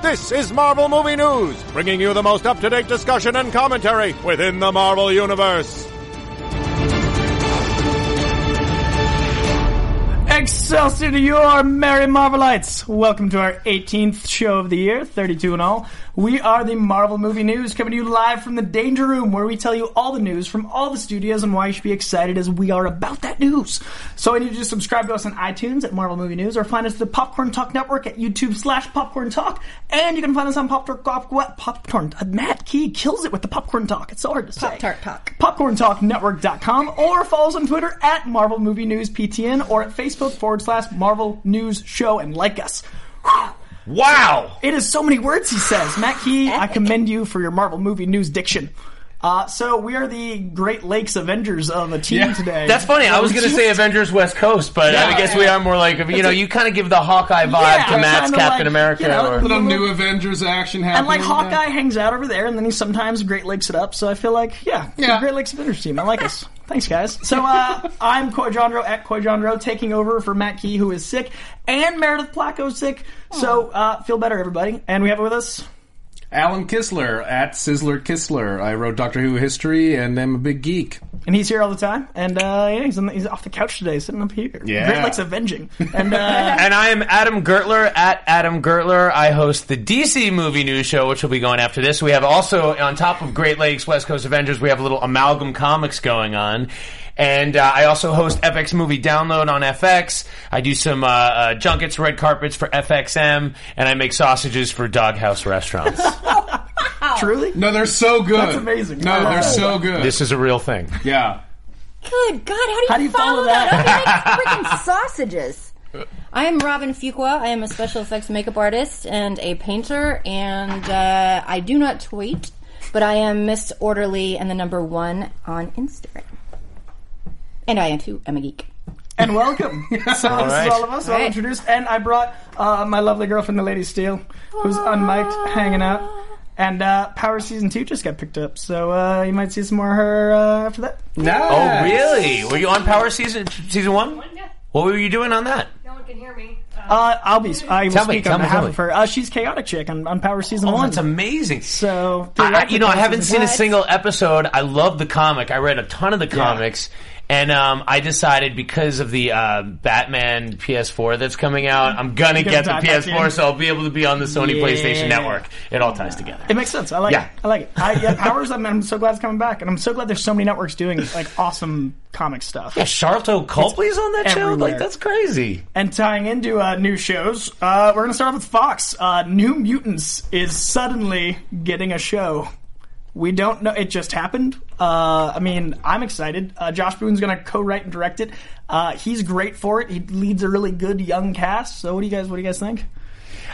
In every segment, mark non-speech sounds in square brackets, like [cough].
this is Marvel Movie News, bringing you the most up-to-date discussion and commentary within the Marvel Universe. Excelsior to your merry Marvelites! Welcome to our 18th show of the year, 32 in all. We are the Marvel Movie News, coming to you live from the Danger Room, where we tell you all the news from all the studios and why you should be excited as we are about that news. So I need you to subscribe to us on iTunes at Marvel Movie News, or find us at the Popcorn Talk Network at YouTube slash Popcorn Talk, and you can find us on Pop Talk, Pop, what? Popcorn, uh, Matt Key kills it with the Popcorn Talk, it's so hard to say. Pop Tart Talk. PopcornTalkNetwork.com, or follow us on Twitter at Marvel Movie News PTN, or at Facebook forward slash Marvel News Show, and like us. Whew. Wow! It is so many words, he says. Matt Key, I commend you for your Marvel movie news diction. Uh, so we are the Great Lakes Avengers of a team today. That's funny. I was going to say Avengers West Coast, but I guess we are more like you know you kind of give the Hawkeye vibe Yeah, to Matt's kinda Captain like, America. you know, or, little new Avengers action happening. And like Hawkeye Yeah. hangs out over there, and then he sometimes Great Lakes it up. So I feel like, yeah, it's Yeah. the Great Lakes Avengers team. I like [laughs] us. Thanks, guys. So uh, I'm Koijandro at Koijandro, taking over for Matt Key, who is sick, and Meredith Placco's sick. So uh, feel better, everybody. And we have with us Alan Kistler at Sizzler Kistler. I wrote Doctor Who history, and I'm a big geek. And he's here all the time. And uh, yeah, he's, on the, he's off the couch today, sitting up here. Yeah. Great Lakes Avenging. And [laughs] uh, and I am Adam Gertler at Adam Gertler. I host the DC movie news show, which will be going after this. We have also on top of Great Lakes West Coast Avengers, we have a little amalgam comics going on. And uh, I also host FX Movie Download on FX. I do some uh, uh, junkets, red carpets for FXM, and I make sausages for doghouse restaurants. truly, No, they're so good. That's amazing. I No, love they're that. so [laughs] good. this is a real thing. yeah. Good God, how do you, How do you follow that? How do [laughs] you make freaking sausages? I am Robin Fuqua. I am a special effects makeup artist and a painter, and uh, I do not tweet, but I am Miss Orderly and the number one on Instagram. And I am too. I'm a geek. and welcome. So this right. is all of us. All All right. introduced. And I brought uh, my lovely girlfriend, the Lady Steel, who's unmiked, hanging out. And uh, Power Season 2 just got picked up. So uh, you might see some more of her uh, after that. No. Oh, really? Were you on Power Season season one? What were you doing on that? No one can hear me. Uh, I'll be, I will Tell me, speak tell on me, behalf tell me. of her. Uh, she's Chaotic Chick on, on Power Season Oh, 1. that's amazing. so, I, I- you know, I haven't seen a What? single episode. I love the comic. I read a ton of the comics. And um, I decided because of the uh, Batman PS4 that's coming out, I'm gonna You're gonna get the dive back in. PS4, so I'll be able to be on the Sony Yeah. PlayStation Network. It all ties together. It makes sense. I like Yeah. it. I like it. I, yeah, [laughs] Powers, I'm, I'm so glad it's coming back. And I'm so glad there's so many networks doing like awesome comic stuff. Sharlto Copley's on that show? everywhere. Like that's crazy. And tying into uh, new shows, uh, we're going to start off with Fox. Uh, new Mutants is suddenly getting a show. We don't know. It just happened. Uh, I mean, I'm excited. Uh, Josh Boone's going to co-write and direct it. Uh, he's great for it. He leads a really good young cast. So, what do you guys? What do you guys think?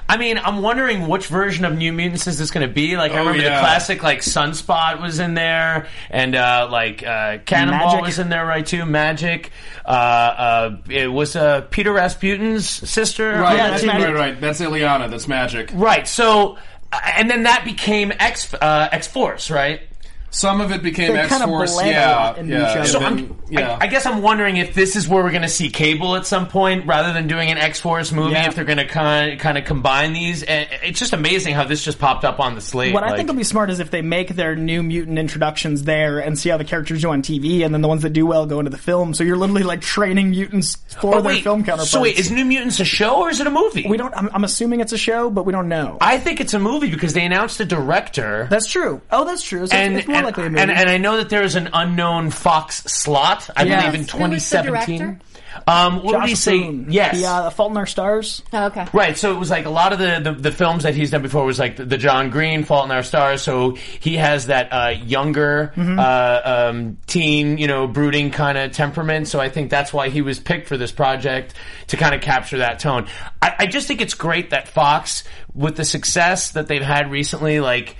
I mean, I'm wondering which version of New Mutants is this going to be. Like, I Oh, remember yeah. the classic, like Sunspot was in there, and uh, like uh, Cannonball Magic. was in there, right? Too Magic. Uh, uh, it was uh, Peter Rasputin's sister. Right, Yeah, that's that's magic. right, right. That's Ileana. That's magic. Right. So, uh, and then that became X uh, X Force, right? Some of it became They X kinda Force. blend a Yeah, lot in yeah. each other. and So then- I'm, yeah. I, I guess I'm wondering if this is where we're going to see Cable at some point, rather than doing an X Force movie. Yeah. If they're going to kind kind of combine these, and it's just amazing how this just popped up on the slate. What I like- think will be smart is if they make their new mutant introductions there and see how the characters do on TV, and then the ones that do well go into the film. So you're literally like training mutants for But their Oh, wait, film counterparts. So wait, is New Mutants a show or is it a movie? we don't. I'm, I'm assuming it's a show, but we don't know. I think it's a movie because they announced a director. that's true. Oh, that's true. So and, it's, it's more and, likely a movie. And, and I know that there is an unknown Fox slot. I Yeah. believe in Who was the 2017. director? Um, what would he Josh say? Boone, Yes. The, uh, Fault in Our Stars. Oh, okay. Right, so it was like a lot of the, the, the films that he's done before was like the, the John Green, Fault in Our Stars. So he has that uh, younger Mm-hmm. uh, um, teen, you know, brooding kind of temperament. So I think that's why he was picked for this project to kind of capture that tone. I, I just think it's great that Fox, with the success that they've had recently, like.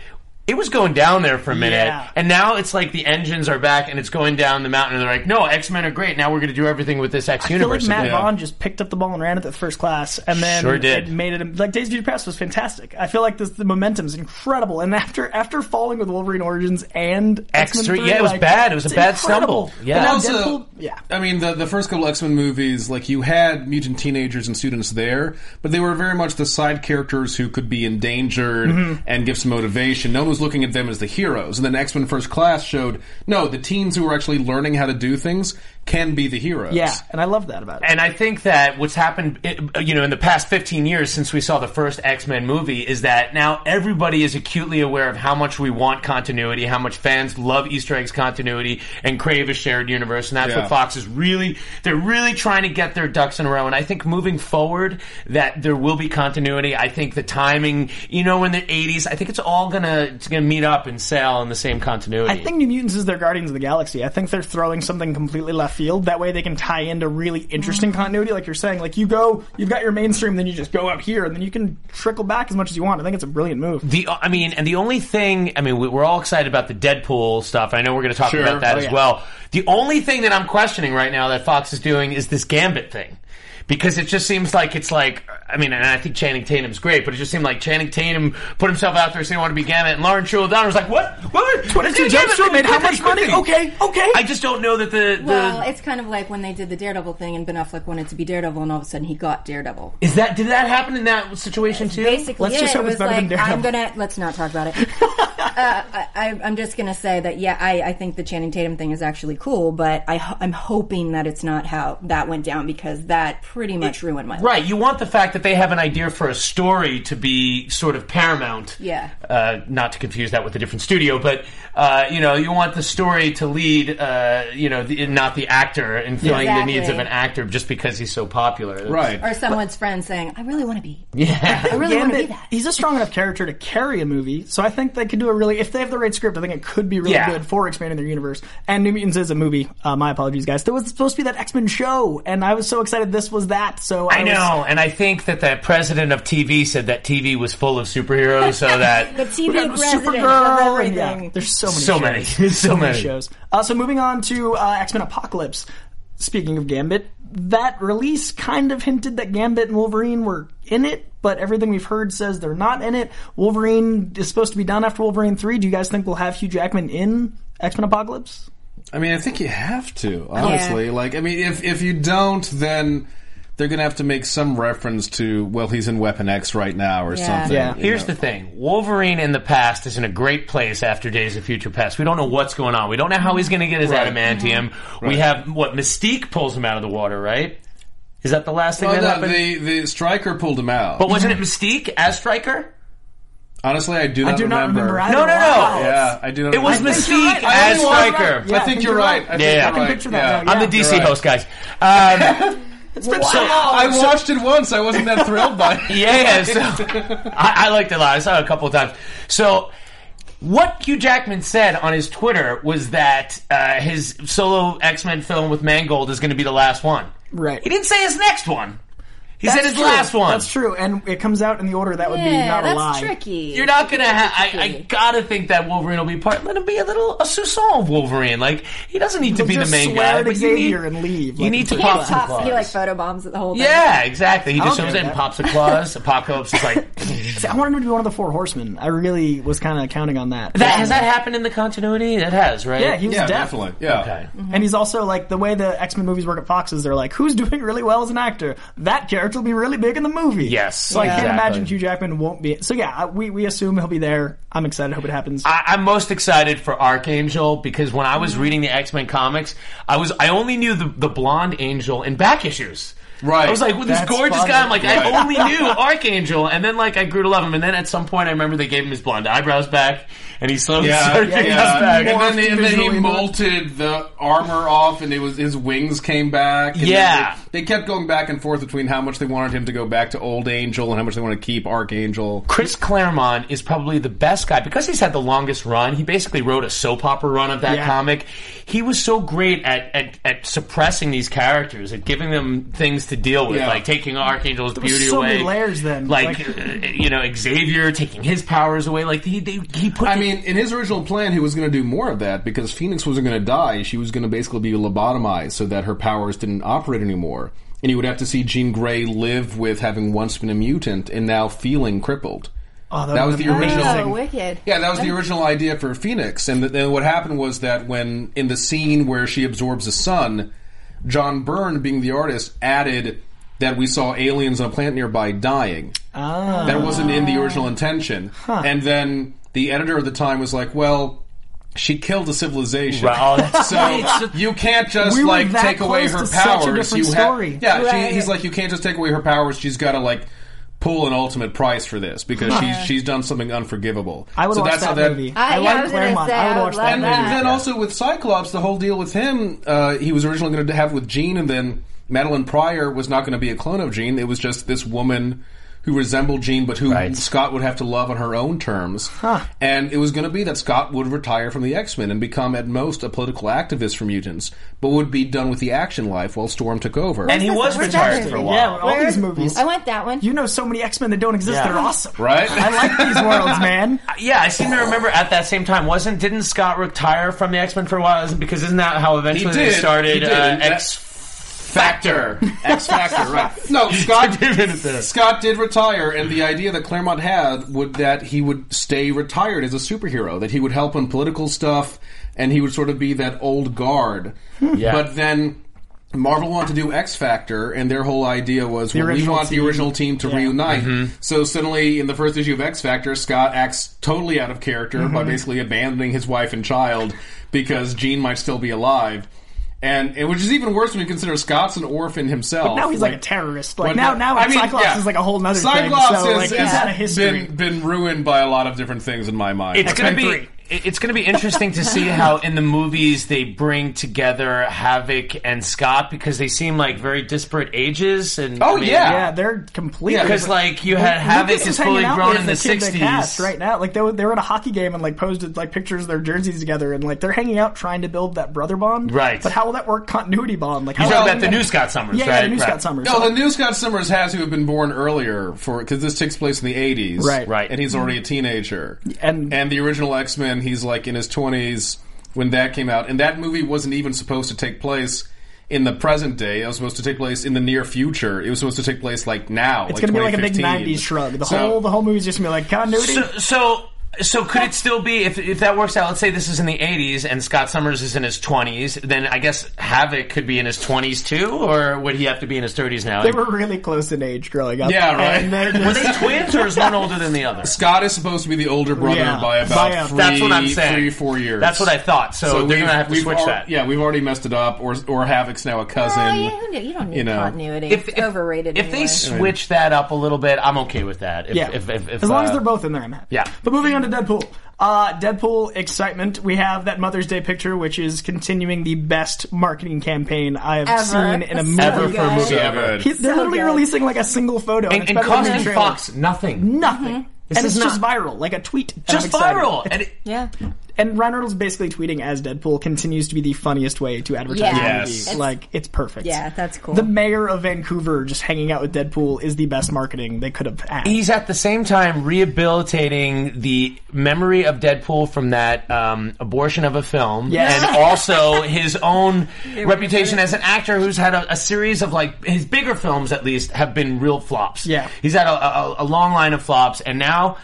It was going down there for a minute, Yeah. and now it's like the engines are back, and it's going down the mountain. And they're like, "No, X Men are great. Now we're going to do everything with this X I feel universe." like Matt again." Vaughn just picked up the ball and ran at the first class, and then Sure did. it made it like Days of Future Past was fantastic. I feel like this, the momentum's incredible, and after after falling with Wolverine Origins and X3, X-Men yeah, it was like, bad. It was a it's bad incredible. stumble. Yeah. and now also, Deadpool, yeah. I mean, the, the first couple X Men movies, like you had mutant teenagers and students there, but they were very much the side characters who could be endangered Mm-hmm. and give some motivation. No one was looking at them as the heroes. And then X Men First Class showed no, the teens who were actually learning how to do things can be the heroes. Yeah, and I love that about it. and I think that what's happened, uh, you know, in the past 15 years since we saw the first X Men movie is that now everybody is acutely aware of how much we want continuity, how much fans love Easter eggs continuity, and crave a shared universe. And that's Yeah. what Fox is really, they're really trying to get their ducks in a row. And I think moving forward, that there will be continuity. I think the timing, you know, in the 80s, I think it's all gonna, it's gonna meet up and sail in the same continuity. I think New Mutants is their Guardians of the Galaxy. I think they're throwing something completely left field. That way they can tie into really Mm. interesting continuity, like you're saying. Like you go, you've got your mainstream, then you just go up here, and then you can trickle back as much as you want. I think it's a brilliant move. The I mean, and the only thing I mean, we, we're all excited about the Deadpool stuff. I know we're going to talk Sure. about that Oh, as yeah. well. The only thing that I'm questioning right now that Fox is doing is this Gambit thing. Because it just seems like it's like I mean, and I think Channing Tatum's great, but it just seemed like Channing Tatum put himself out there saying he wanted to be Gambit, and Lauren Shule Down was like, "What? What? Twenty two Gambit, Jump Street made how quickly, much money? quickly." Okay, okay. I just don't know that the, the Well, it's kind of like when they did the Daredevil thing, and Ben Affleck wanted to be Daredevil, and all of a sudden he got Daredevil. is that did that happen in that situation too? Basically, Let's yeah, just hope it it's was better than like I'm Daredevil. gonna let's not talk [laughs] about it. uh, I, I- I'm just gonna say that yeah, I, I think the Channing Tatum thing is actually cool, but I, ho- I'm hoping that it's not how that went down because that pretty much ruined my life. Right, you want the fact that they have an idea for a story to be sort of paramount. Yeah. Uh, not to confuse that with a different studio, but uh, you know, you want the story to lead, uh, you know, the, not the actor and filling Exactly. the needs of an actor just because he's so popular. That's- Right. Or someone's friend saying, "I really want to be. I Yeah. really want to be Gambit, that." he's a strong enough character to carry a movie, so I think they could do a really. If they have the right script, I think it could be really Yeah. good for expanding their universe. And New Mutants is a movie. Uh, my apologies, guys. There was supposed to be that X Men show, and I was so excited this was that. So I, I know, and I think that the president of TV said that TV was full of superheroes, so The that TV Was, president of Supergirl, and everything. yeah, there's so many, So many. shows. So many. shows. Uh, so moving on to uh, X Men Apocalypse. Speaking of Gambit, that release kind of hinted that Gambit and Wolverine were in it, but everything we've heard says they're not in it. Wolverine is supposed to be done after Wolverine three. Do you guys think we'll have Hugh Jackman in X Men Apocalypse? I mean, I think you have to, honestly. Yeah. Like, I mean, if if you don't, then they're going to have to make some reference to, well, he's in Weapon X right now or Yeah. something. Yeah. you here's know. the thing: Wolverine in the past is in a great place after Days of Future Past. We don't know what's going on. We don't know how he's going to get his Right. Mm-hmm. adamantium. We have what Mystique pulls him out of the water, right? Is that the last thing Oh, that no, happened? the, the striker pulled him out. But wasn't it Mystique as striker? Honestly, I do not do not remember. remember No, no, no. Yeah, I do not It was remember. Mystique you're right. I as think you're right. striker. Yeah, I think you're right. I think Yeah. you're I can right. picture that now, Yeah. yeah. I'm the DC You're right. host, guys. Um, [laughs] It's been So- so long. I watched it once. I wasn't that thrilled by [laughs] it. yeah, so I, I liked it a lot. I saw it a couple of times. So what Hugh Jackman said on his Twitter was that uh, his solo X Men film with Mangold is going to be the last one. Right. He didn't say his next one. He's in That's his true. last one. That's true, and it comes out in the order that would be yeah, not that's a lie. tricky. You're not gonna have. I, I tricky. gotta think that Wolverine will be part. Let him be a little a Sousson of Wolverine. Like he doesn't need to He'll be the just main swear guy. to but you need, Xavier and leave, You like- need to He, pop just some pops, claws. he like photobombs the whole thing. yeah, exactly. He just don't comes do in, that. pops a claws. Apocalypse is like [laughs] I wanted him to be one of the four horsemen. I really was kind of counting on that. that. Has that happened in the continuity? That has, right? Mm-hmm. Yeah, he was Yeah, deaf. definitely. Yeah. Okay. And he's also like the way the X Men movies work at Fox is they're like, who's doing really well as an actor? That character will be really big in the movie. Yes, So I can't exactly. imagine Hugh Jackman won't be. So yeah, I- we we assume he'll be there. I'm excited. Hope it happens. I, I'm most excited for Archangel because when I was reading the X Men comics, I was I only knew the, the blonde angel in back issues. Right. I was like, well, this That's gorgeous funny. guy. I'm like, Right. I only [laughs] knew Archangel, and then like I grew to love him, and then at some point I remember they gave him his blonde eyebrows back, and he slowly [laughs] started getting us back. And then, and then visually, he but- molted the armor off, and it was his wings came back. and then Yeah. they, they kept going back and forth between how much they wanted him to go back to Old Angel and how much they want to keep Archangel. Chris Claremont is probably the best guy because he's had the longest run. He basically wrote a soap opera run of that Yeah. comic. He was so great at, at, at suppressing these characters, at giving them things to deal with, Yeah. like taking Archangel's was beauty so away. many layers then, like, like- uh, you know Xavier taking his powers away. Like he they, he put. I mean, in his original plan, he was going to do more of that because Phoenix wasn't going to die. She was going to basically be lobotomized so that her powers didn't operate anymore. And you would have to see Jean Grey live with having once been a mutant and now feeling crippled. Oh, that that would've was been the amazing. original. Oh, wicked. Yeah, that was the original idea for Phoenix. And th- then what happened was that when in the scene where she absorbs the sun, John Byrne, being the artist, added that we saw aliens on a planet nearby dying. That wasn't in the original intention. And then the editor at the time was like, "Well, she killed a civilization." Right. Oh, that's So right. you can't just We were like that take away close her to such a powers. different You have story. yeah. Right. She, he's like, you can't just take away her powers. She's got to like pull an ultimate price for this because she's she's done something unforgivable. I would so watch that's that, how that movie. I- yeah, like I was gonna Claremont. say, I would I watch would that love movie. And that. then also with Cyclops, the whole deal with him, uh, he was originally going to have with Jean, and then Madeline Pryor was not going to be a clone of Jean. It was just this woman who resembled Jean, but who Right. Scott would have to love on her own terms. And it was going to be that Scott would retire from the X Men and become, at most, a political activist for mutants, but would be done with the action life while Storm took over. and he Where's was that- where's retired that for a movie? while. Yeah, all these movies. I want that one. You know so many X Men that don't exist. Yeah. They're awesome. right? I like these worlds, [laughs] man. Yeah, I seem to remember at that same time wasn't didn't Scott retire from the X Men for a while? Isn't because isn't that how eventually did. they started [laughs] He did. Uh, And that- X Factor? X Factor, [laughs] right? No, Scott Did it there. Scott did retire, and the idea that Claremont had would that he would stay retired as a superhero, that he would help on political stuff, and he would sort of be that old guard. Hmm. But then Marvel wanted to do X Factor, and their whole idea was well, we original want team. the original team to reunite. So suddenly, in the first issue of X Factor, Scott acts totally out of character by Mm-hmm. basically abandoning his wife and child because Jean might still be alive. And, and which is even worse when you consider Scott's an orphan Oh, himself. Now he's like, a terrorist. Like now, now Cyclops is like a whole nother thing. Cyclops So like has, he's has had a history. Been, been ruined by a lot of different things in my mind. it's going to X-Men be three. it's going to be interesting to see how in the movies they bring together Havoc and Scott because they seem like very disparate ages and Oh, yeah. yeah, they're completely. because like you had Havoc Lucas is is hanging fully out grown with in the kid they cast sixties right now. Like they were, they were at a hockey game and like posted like pictures of their jerseys together, and like they're hanging out trying to build that brother bond. Right. But how will that work? Continuity bond. Like how talking are they about the gonna- new Scott Summers, Yeah, right? yeah, the new Right. Scott Summers. no, So- the new Scott Summers has to have been born earlier for because this takes place in the eighties, Right. Right. And he's already a teenager. and- and the original X Men, he's like in his twenties when that came out, and that movie wasn't even supposed to take place in the present day. It was supposed to take place in the near future. It was supposed to take place like now. it's gonna be like a big 2015. '90s shrug. The So- whole the whole movie's just gonna be like continuity. So, so so could it still be if if that works out? Let's say this is in the eighties and Scott Summers is in his twenties. Then I guess Havoc could be in his twenties too, or would he have to be in his thirties now? they were really close in age growing up. Yeah, right. And they're just- Were they twins, or is one older than [laughs] the other? Scott is supposed to be the older brother Yeah. by By a- about three, That's what I'm saying. three, four years. That's what I thought. So, they're we've- gonna have to we've switch al- that. Yeah, we've already messed it up, or or Havoc's now a cousin. Oh, you, who knew- you don't need you know. continuity. If- it's if- overrated. If anyway. they switch that up a little bit, I'm okay with that. If, Yeah. If, if, if, as long uh, as they're both in there, I'm happy. yeah. But moving on to Deadpool. Uh, Deadpool excitement. We have that Mother's Day picture, which is continuing the best marketing campaign I have Ever. seen in a movie. Ever for a movie So ever. good. He- they're So literally good. releasing like a single photo, and, And, it's and better than the costing trailer. Fox nothing. Mm-hmm. nothing, and is it's just not- viral, like a tweet. I'm Just excited. viral. And it, yeah, and Ryan Reynolds basically tweeting as Deadpool continues to be the funniest way to advertise Yeah. a movie. Yes. It's- Like it's perfect. Yeah, that's cool. The mayor of Vancouver just hanging out with Deadpool is the best marketing they could have had. He's at the same time rehabilitating the memory of Deadpool from that um, abortion of a film, Yes. and also [laughs] his own reputation as an actor who's had a, a series of like his bigger films, at least, have been real flops. Yeah. he's had a, a, a long line of flops, and now,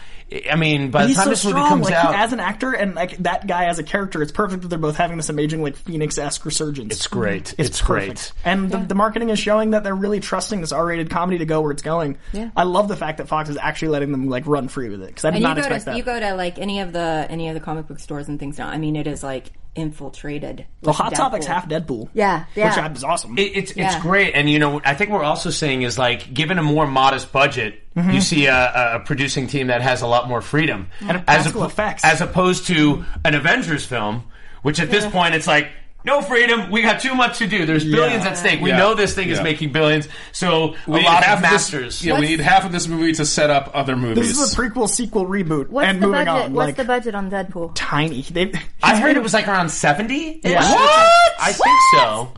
I mean, by the He's time so this movie strong, comes like out, he, as an actor, and like that guy as a character, it's perfect that they're both having this amazing like Phoenix-esque resurgence. It's great. It's perfect. great. and the, the marketing is showing that they're really trusting this R-rated comedy to go where it's going. Yeah. I love the fact that Fox is actually letting them like run free with it because I did And you not go to expect that. you go to like any of the any of the comic book stores and things now. I mean, it is like infiltrated. well, Hot Topic's half Deadpool, Yeah, yeah. which is awesome. It, it's Yeah. it's great, and you know I think what we're also seeing is like given a more modest budget, you see a- a, a producing team that has a lot more freedom Mm-hmm. And practical effects. as opposed to an Avengers film, which at this point it's like. No freedom. We got too much to do. There's billions at stake. We Yeah. know this thing is Yeah. making billions. So a We need lot half of this- masters. yeah, we need half of this movie to set up other movies. this is a prequel, sequel, reboot, What's and the moving budget? on. What's like the budget on Deadpool? tiny. [laughs] They, I heard it was like around seventy. Yeah. What? I think so.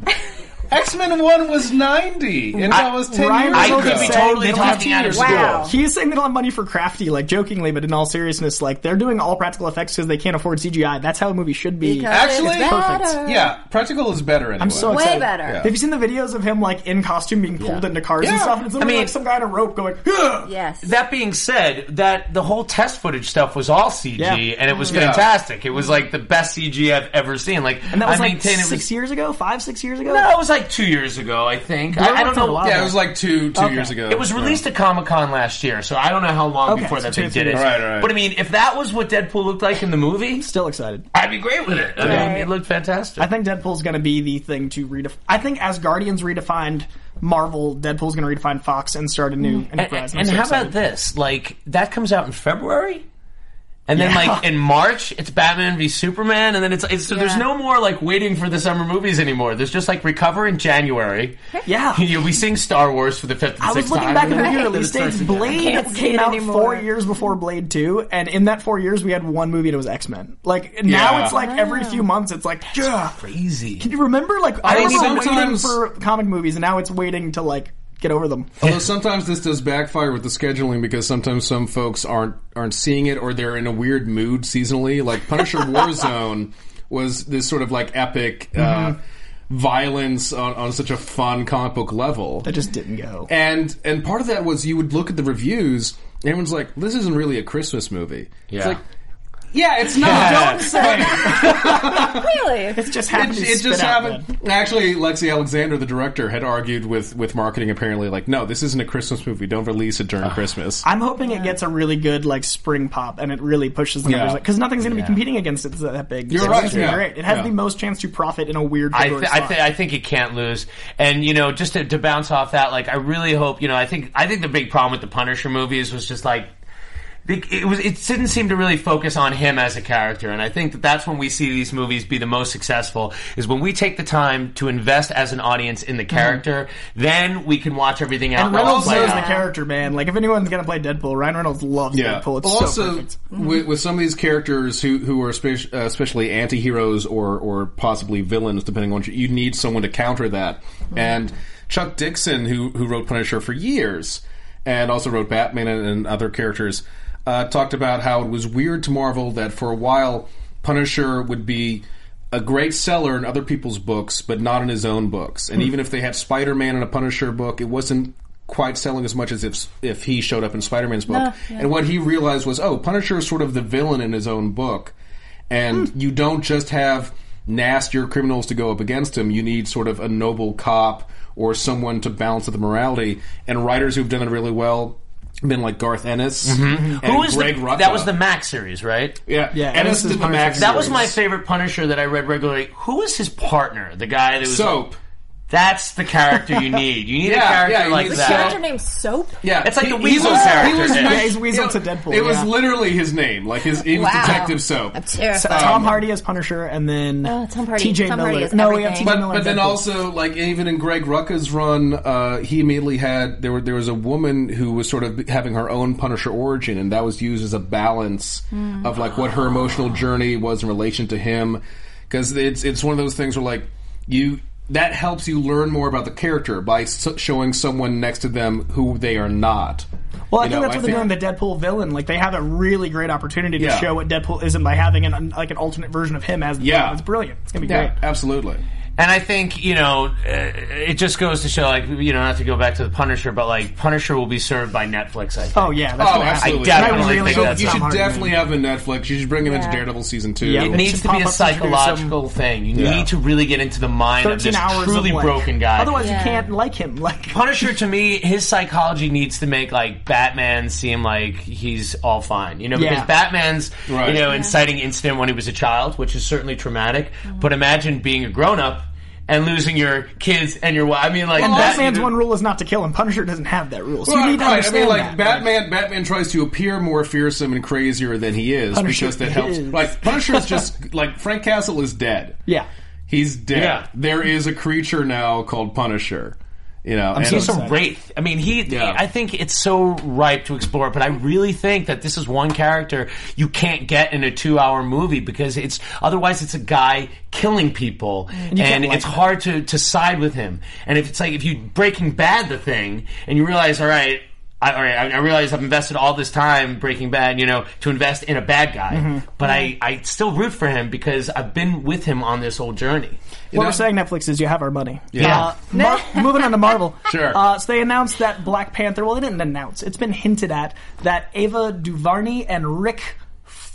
X Men One was ninety, and I- that was ten Ryan years I ago. could Reynolds be is saying totally they don't have talking out of tears. school. Wow. He's saying they don't have money for crafty, like jokingly, but in all seriousness, like they're doing all practical effects because they can't afford CGI. That's how a movie should be. Because Actually- it's Perfect. better. Yeah, practical is better anyway. I'm so Way excited. better. Yeah. Have you seen the videos of him like in costume being pulled into cars and Yeah. stuff? And it's literally mean- like some guy on a rope going. "Huh!" Yes. That being said, that the whole test footage stuff was all CG, Yeah. and it was Yeah. fantastic. It was like the best CG I've ever seen. Like And that was I like maintain six it was. years ago, five, six years ago. No, it was like two years ago, I think. We're I, I up don't to a know. lot. yeah, it was like two two Okay. years ago. It was released at Comic Con last year, so I don't know how long Okay, before so that two they or three did it. years. Right, right. But I mean, if that was what Deadpool looked like in the movie, Still excited. I'd be great with it. I mean, Right. it looked fantastic. I think Deadpool's going to be the thing to redefine. I think as Guardians redefined Marvel, Deadpool's going to redefine Fox and start a new and enterprise. I'm and so how excited. about this? Like that comes out in February, and then like in March it's Batman v Superman, and then it's, it's so there's Yeah. no more like waiting for the summer movies anymore. There's just like recover in January. Yeah. [laughs] you'll be seeing Star Wars for the fifth. And I was sixth looking time, back and at the then movie it release starts dates. again. Blade can't see came it out anymore. four years before Blade Two, and in that four years, we had one movie that was X Men. Like now, Yeah. it's like every Ah. few months, it's like yeah. [laughs] Crazy. Can you remember? Like I, I remember think waiting sometimes- for comic movies, and now it's waiting to like get over them. Although sometimes this does backfire with the scheduling because sometimes some folks aren't aren't seeing it or they're in a weird mood seasonally. [laughs] Like Punisher Warzone was this sort of like epic uh, violence on, on such a fun comic book level. Mm-hmm. That just didn't go. And and part of that was you would look at the reviews. And everyone's like, "This isn't really a Christmas movie." It's Yeah. like, [laughs] yeah, it's not. Don't say that. Really? It just happened. It, to it spit just out happened. then. Actually, Lexi Alexander, the director, had argued with with marketing. Apparently, like, no, this isn't a Christmas movie. Don't release it during Ah. Christmas. I'm hoping it gets a really good like spring pop, and it really pushes the Yeah. numbers because nothing's going to be competing against it that big. You're So right, It's gonna be yeah. great. It has Yeah. the most chance to profit in a weird. I, February th- I, slot. th- I think it can't lose. And you know, just to, to bounce off that, like I really hope you know. I think I think the big problem with the Punisher movies was just like. It it was. It didn't seem to really focus on him as a character, and I think that that's when we see these movies be the most successful. Is when we take the time to invest as an audience in the character, then we can watch everything out. Mm-hmm. And while Reynolds it's playing knows the out. character, man. Like if anyone's gonna play Deadpool, Ryan Reynolds loves Deadpool. It's also, so perfect. with, with some of these characters who who are spe- uh, especially anti-heroes or or possibly villains, depending on what you, you need someone to counter that. Mm-hmm. And Chuck Dixon, who who wrote Punisher for years and also wrote Batman and, and other characters, uh, talked about how it was weird to Marvel that for a while Punisher would be. A great seller in other people's books, but not in his own books. Hmm. And even if they had Spider-Man in a Punisher book, it wasn't quite selling as much as if if he showed up in Spider-Man's book. And what he realized was, oh, Punisher is sort of the villain in his own book, and Hmm. you don't just have nastier criminals to go up against him. You need sort of a noble cop or someone to balance out the morality. And writers who've done it really well. Been like Garth Ennis and Mm-hmm. Who is Greg the, Rucka. That was the Max series, right? yeah, Yeah, Ennis Ennis is did the Punisher. Max. That was my series. favorite Punisher that I read regularly. Who was his partner? The guy that was soap. That's the character you need. You need [laughs] Yeah, a character yeah, you like need The a that. character named Soap. Yeah, It's like He- the he Weasel was- character He was did. nice- Yeah, he's Weasel it- to Deadpool, It was yeah. literally his name. Like his, he was Wow. Detective Soap. I'm um, terrified. Tom Hardy as Punisher, and then Oh, Tom Hardy. T.J. Tom Miller. Hardy is no, we have T.J. everything. But Miller. but then Deadpool. also like even in Greg Rucka's run, uh, he immediately had there were there was a woman who was sort of having her own Punisher origin, and that was used as a balance of like what her emotional journey was in relation to him, because it's it's one of those things where like you. That helps you learn more about the character by s showing someone next to them who they are not. Well, I You think know, that's I what they're doing think- with the Deadpool villain. Like they have a really great opportunity to Yeah. show what Deadpool isn't by having an like an alternate version of him as the Yeah. villain. It's brilliant. It's gonna be Yeah, great. absolutely. And I think you know, uh, it just goes to show, like you know, not to go back to the Punisher, but like Punisher will be served by Netflix. I think. Oh yeah, that's Oh, what absolutely. happens. I definitely That think really that's you Tom should Hardy definitely movie. have a Netflix. You should bring him into Yeah. Daredevil season two. Yeah, It It needs should to be pop a up and do some- psychological thing. You Yeah. need to really get into the mind of Thirteen this hours truly of, like- broken guy. Otherwise, Yeah. you can't like him. Like Punisher to me, his psychology needs to make like Batman seem like he's all fine, you know, because Yeah. Batman's Right. you know inciting incident when he was a child, which is certainly traumatic. But imagine being a grown up and losing your kids and your wife. I mean, like and that- Batman's one rule is not to kill him. Punisher doesn't have that rule, so you need to right. I understand mean, like that. Batman. Batman tries to appear more fearsome and crazier than he is Punisher because that helps. is. Like Punisher's just like Frank Castle is dead. Yeah. he's dead. Yeah. There is a creature now called Punisher. You know, and He's a wraith. I mean, he. Yeah. I think it's so ripe to explore, but I really think that this is one character you can't get in a two-hour movie because it's otherwise it's a guy killing people, and, Mm. you can't like it's that. hard to to side with him. And if it's like if you Breaking Bad the thing, and you realize, all right. I, all right, I I realize I've invested all this time Breaking Bad, you know, to invest in a bad guy, Mm-hmm. but I, I still root for him because I've been with him on this whole journey. What we're saying, Netflix, is you have our money. Yeah. Uh, Mar- moving on to Marvel. Sure. Uh, so they announced that Black Panther. Well, they didn't announce. It's been hinted at that Ava DuVernay and Rick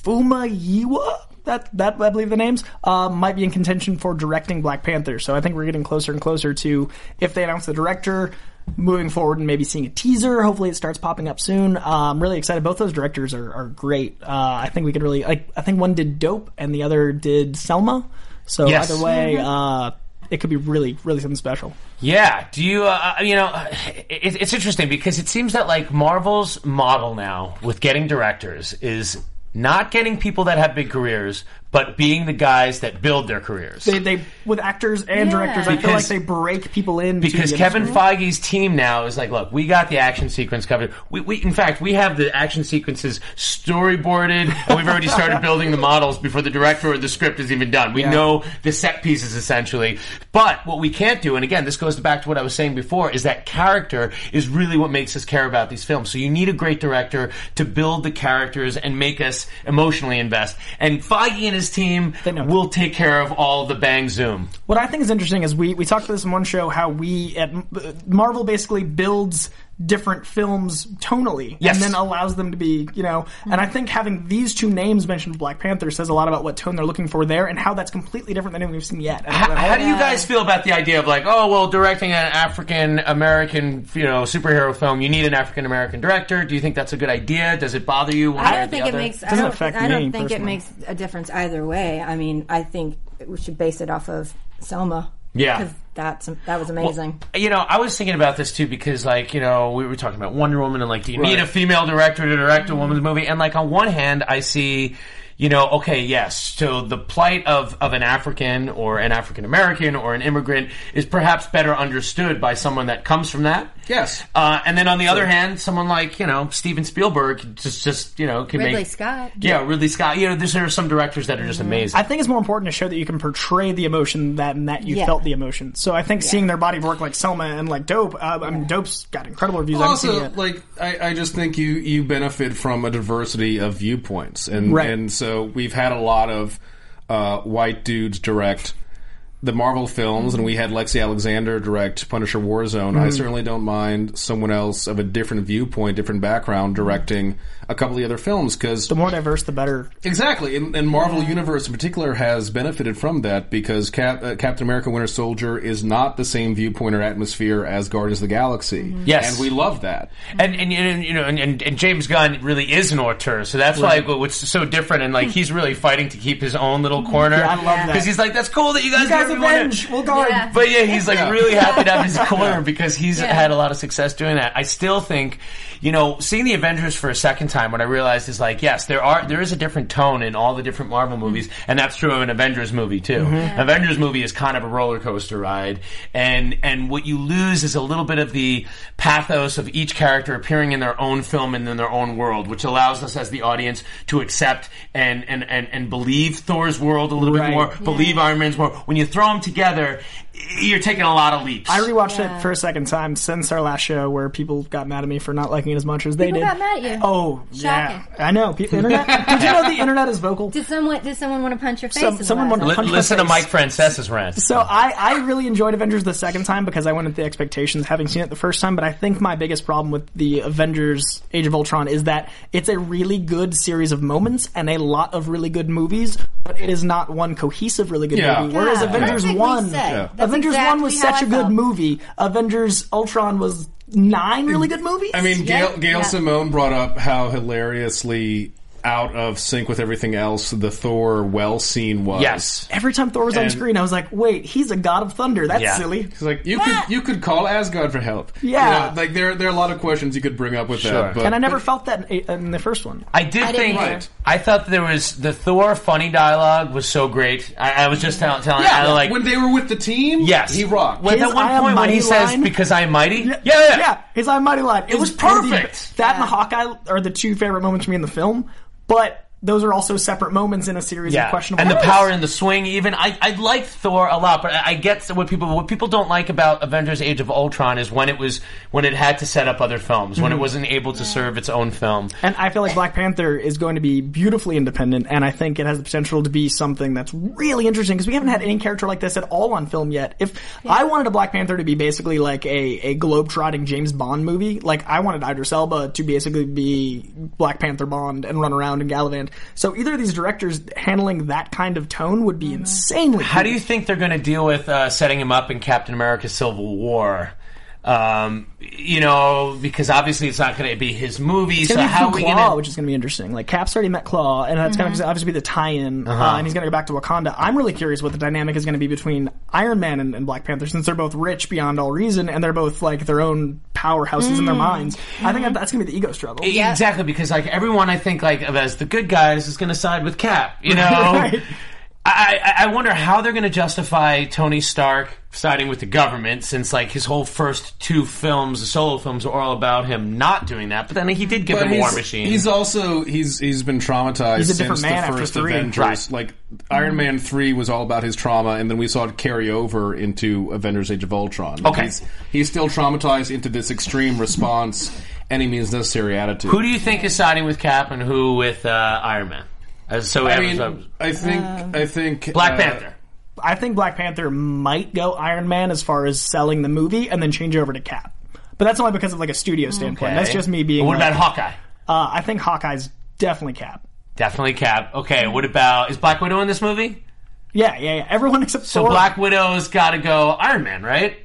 Fumayiwa. That that I believe the names uh, might be in contention for directing Black Panther. So I think we're getting closer and closer to if they announce the director. Moving forward and maybe seeing a teaser. Hopefully, it starts popping up soon. Uh, I'm really excited. Both those directors are, are great. Uh, I think we could really like. I think one did Dope and the other did Selma. So Yes. either way, uh, it could be really, really something special. Yeah. Do you, uh, you know, [sighs] it, it's interesting because it seems that like Marvel's model now with getting directors is not getting people that have big careers, but being the guys that build their careers. They, they with actors and Yeah. directors, I feel like Because- they break people in because to the Kevin industry. Feige's team now is like, look, we got the action sequence covered. We, we in fact, we have the action sequences storyboarded, and we've already started [laughs] building the models before the director or the script is even done. We know the set pieces essentially, but what we can't do, and again, this goes back to what I was saying before, is that character is really what makes us care about these films. So you need a great director to build the characters and make us emotionally invest. And Feige and his team know. will take care of all the bang zoom. What I think is interesting is we we talked about this in one show how we at uh, Marvel basically builds different films tonally Yes. and then allows them to be you know and I think having these two names mentioned Black Panther says a lot about what tone they're looking for there and how that's completely different than anything we've seen yet. And How, how do you Yeah. guys feel about the idea of like, oh well, directing an African American, you know, superhero film, you need an African American director? Do you think that's a good idea? Does it bother you? one I way or the don't think it other? makes. I Doesn't don't, affect I don't me think it personally. makes a difference either way. I mean, I think we should base it off of Selma. Yeah. because that's that was amazing. You know, I was thinking about this too because, like, you know, we were talking about Wonder Woman and like, do you need Right. a female director to direct a woman's movie? And like, on one hand, I see, you know, okay, yes, so the plight of of an African or an African American or an immigrant is perhaps better understood by someone that comes from that. Yes. Uh, and then on the other hand, someone like you know Steven Spielberg just just you know can Ridley make Scott. Yeah, Ridley Scott. You know, there's, there are some directors that are just amazing. I think it's more important to show that you can portray the emotion that and that you Yeah. felt the emotion. So I think seeing their body of work like Selma and like Dope, uh, I mean, Dope's got incredible reviews. I haven't seen it also yet. like I, I just think you you benefit from a diversity of viewpoints and Right. and so we've had a lot of uh, white dudes direct the Marvel films and we had Lexi Alexander direct Punisher Mm-hmm. Warzone I certainly don't mind someone else of a different viewpoint different background directing a a couple of the other films because The more diverse, the better. Exactly, and, and Marvel Universe in particular has benefited from that because Cap, uh, Captain America: Winter Soldier is not the same viewpoint or atmosphere as Guardians of the Galaxy. Yes. and we love that. and, and, and you know, and, and, and James Gunn really is an auteur, so that's like what- what's so different. And like he's really fighting to keep his own little corner. Yeah, I love that. because he's like, that's cool that you guys, You guys do what you wanna-" avenge. We'll guard. Yeah. [laughs] But yeah, he's like really happy to have his corner because he's Yeah. had a lot of success doing that. I still think, you know, seeing the Avengers for a second time, what I realized is like, yes, there are there is a different tone in all the different Marvel movies, and that's true of an Avengers movie too. Avengers movie is kind of a roller coaster ride, and and what you lose is a little bit of the pathos of each character appearing in their own film and in their own world, which allows us as the audience to accept and and and, and believe Thor's world a little Right. bit more, believe Iron Man's more. When you throw them together, you're taking a lot of leaps. I rewatched it for a second time since our last show, where people got mad at me for not liking it as much as they People did. got mad at you. Oh, Shocking. yeah, I know. Pe- internet. [laughs] did you know the internet is vocal? Did someone did someone want to punch your face? Some- in the someone last wanted Li- punch my listen to face. Mike Francesa's rant. So I, I really enjoyed Avengers the second time because I went with the expectations having seen it the first time, but I think my biggest problem with the Avengers Age of Ultron is that it's a really good series of moments and a lot of really good movies, but it is not one cohesive really good Yeah. movie. Whereas Yeah. Avengers Perfectly One said. Yeah. That's Avengers One was exactly how such a I good felt. movie. Avengers Ultron was nine really good movies. I mean, Yeah, Gail, Gail yeah. Simone brought up how hilariously out of sync with everything else the Thor well scene was. Yes. Every time Thor was on And- screen, I was like, "Wait, he's a god of thunder. That's Yeah. silly." It's like you Yeah. could you could call Asgard for help. Yeah. You know, like there there are a lot of questions you could bring up with Sure. that. But And I never felt that in, in the first one. I did I didn't think either. Right. I thought there was the Thor funny dialogue was so great. I, I was just tell, telling yeah, I like when they were with the team, yes he rocked. When, His at one I am point when he mighty says line- because I am mighty, yeah, yeah, His I'm Mighty Line. It was perfect. that and the Hawkeye are the two favorite moments for me in the film, but those are also separate moments in a series of questionable. And the moments. power and the swing, even I, I like Thor a lot, but I, I get what people what people don't like about Avengers: Age of Ultron is when it was when it had to set up other films, when it Mm-hmm. wasn't able to serve its own film. And I feel like Black Panther is going to be beautifully independent, and I think it has the potential to be something that's really interesting because we haven't had any character like this at all on film yet. If I wanted a Black Panther to be basically like a, a globe-trotting James Bond movie, like I wanted Idris Elba to basically be Black Panther Bond and run around and gallivant. So either of these directors handling that kind of tone would be insanely. How do you think they're going to deal with uh, setting him up in Captain America: Civil War? Um, you know, because obviously it's not going to be his movie. So gonna be how are through we Claw, going to? which is going to be interesting. Like Cap's already met Claw, and that's going to obviously be the tie-in, Uh-huh. uh, and he's going to go back to Wakanda. I'm really curious what the dynamic is going to be between Iron Man and, and Black Panther, since they're both rich beyond all reason, and they're both like their own powerhouses in their minds. I think that- that's going to be the ego struggle. Yeah, Exactly, because like everyone, I think like of as the good guys is going to side with Cap. You know, I Right. I, I wonder how they're going to justify Tony Stark siding with the government, since like his whole first two films, the solo films, are all about him not doing that. But then he did give But him he's, War Machine. he's also he's he's been traumatized He's a different since the man after first three. Avengers. Right. Like Iron Man three was all about his trauma, and then we saw it carry over into Avengers: Age of Ultron. Like, Okay. he's, he's still traumatized into this extreme response, any means necessary attitude. who do you think is siding with Cap, and who with uh, Iron Man? As so, I everyone's- mean, uh, I think I think Black uh, Panther. I think Black Panther might go Iron Man as far as selling the movie, and then change over to Cap. But that's only because of like a studio standpoint. That's Okay. just me being. What like, about Hawkeye? Uh, I think Hawkeye's definitely Cap. Definitely Cap. Okay, what about is Black Widow in this movie? Yeah, yeah, yeah. Everyone except So Thor, Black Widow's got to go Iron Man, right?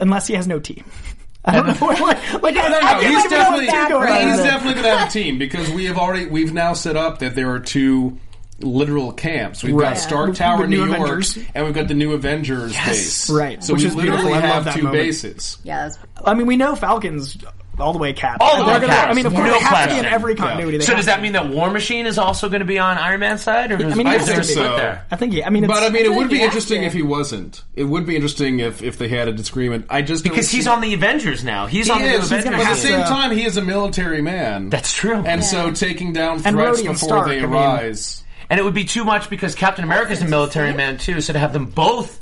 unless he has no team. [laughs] I don't know. Like, like, I, No, I no, can't he's even know definitely what to go right, around he's with. definitely going to have a team because we have already we've now set up that there are two literal camps. We've Right. got Stark The- Tower, the new New, York, Avengers. and we've got the new Avengers base. Right, So which we is beautiful. literally I love have that two moment. bases. Yeah, that's I mean, we know Falcons all the way cap. All the They're way gonna- cap. I mean, of course, No they have to be question. in every continuity. They So have does to. that mean that War Machine is also going to be on Iron Man's side, or is mean, Vice it has to Versa be. split there? I think. Yeah, I mean, it's, But I mean, it would be you have interesting to. if he wasn't. It would be interesting if, if they had a disagreement. I just don't Because he's see- on the Avengers now. He's on He the is, but Avengers. gonna at the have same to- time, he is a military man. That's true. And And, so taking down threats Rhodey and before Stark, I they mean- arise. it would be too much because Captain America's a military man too. So to have them both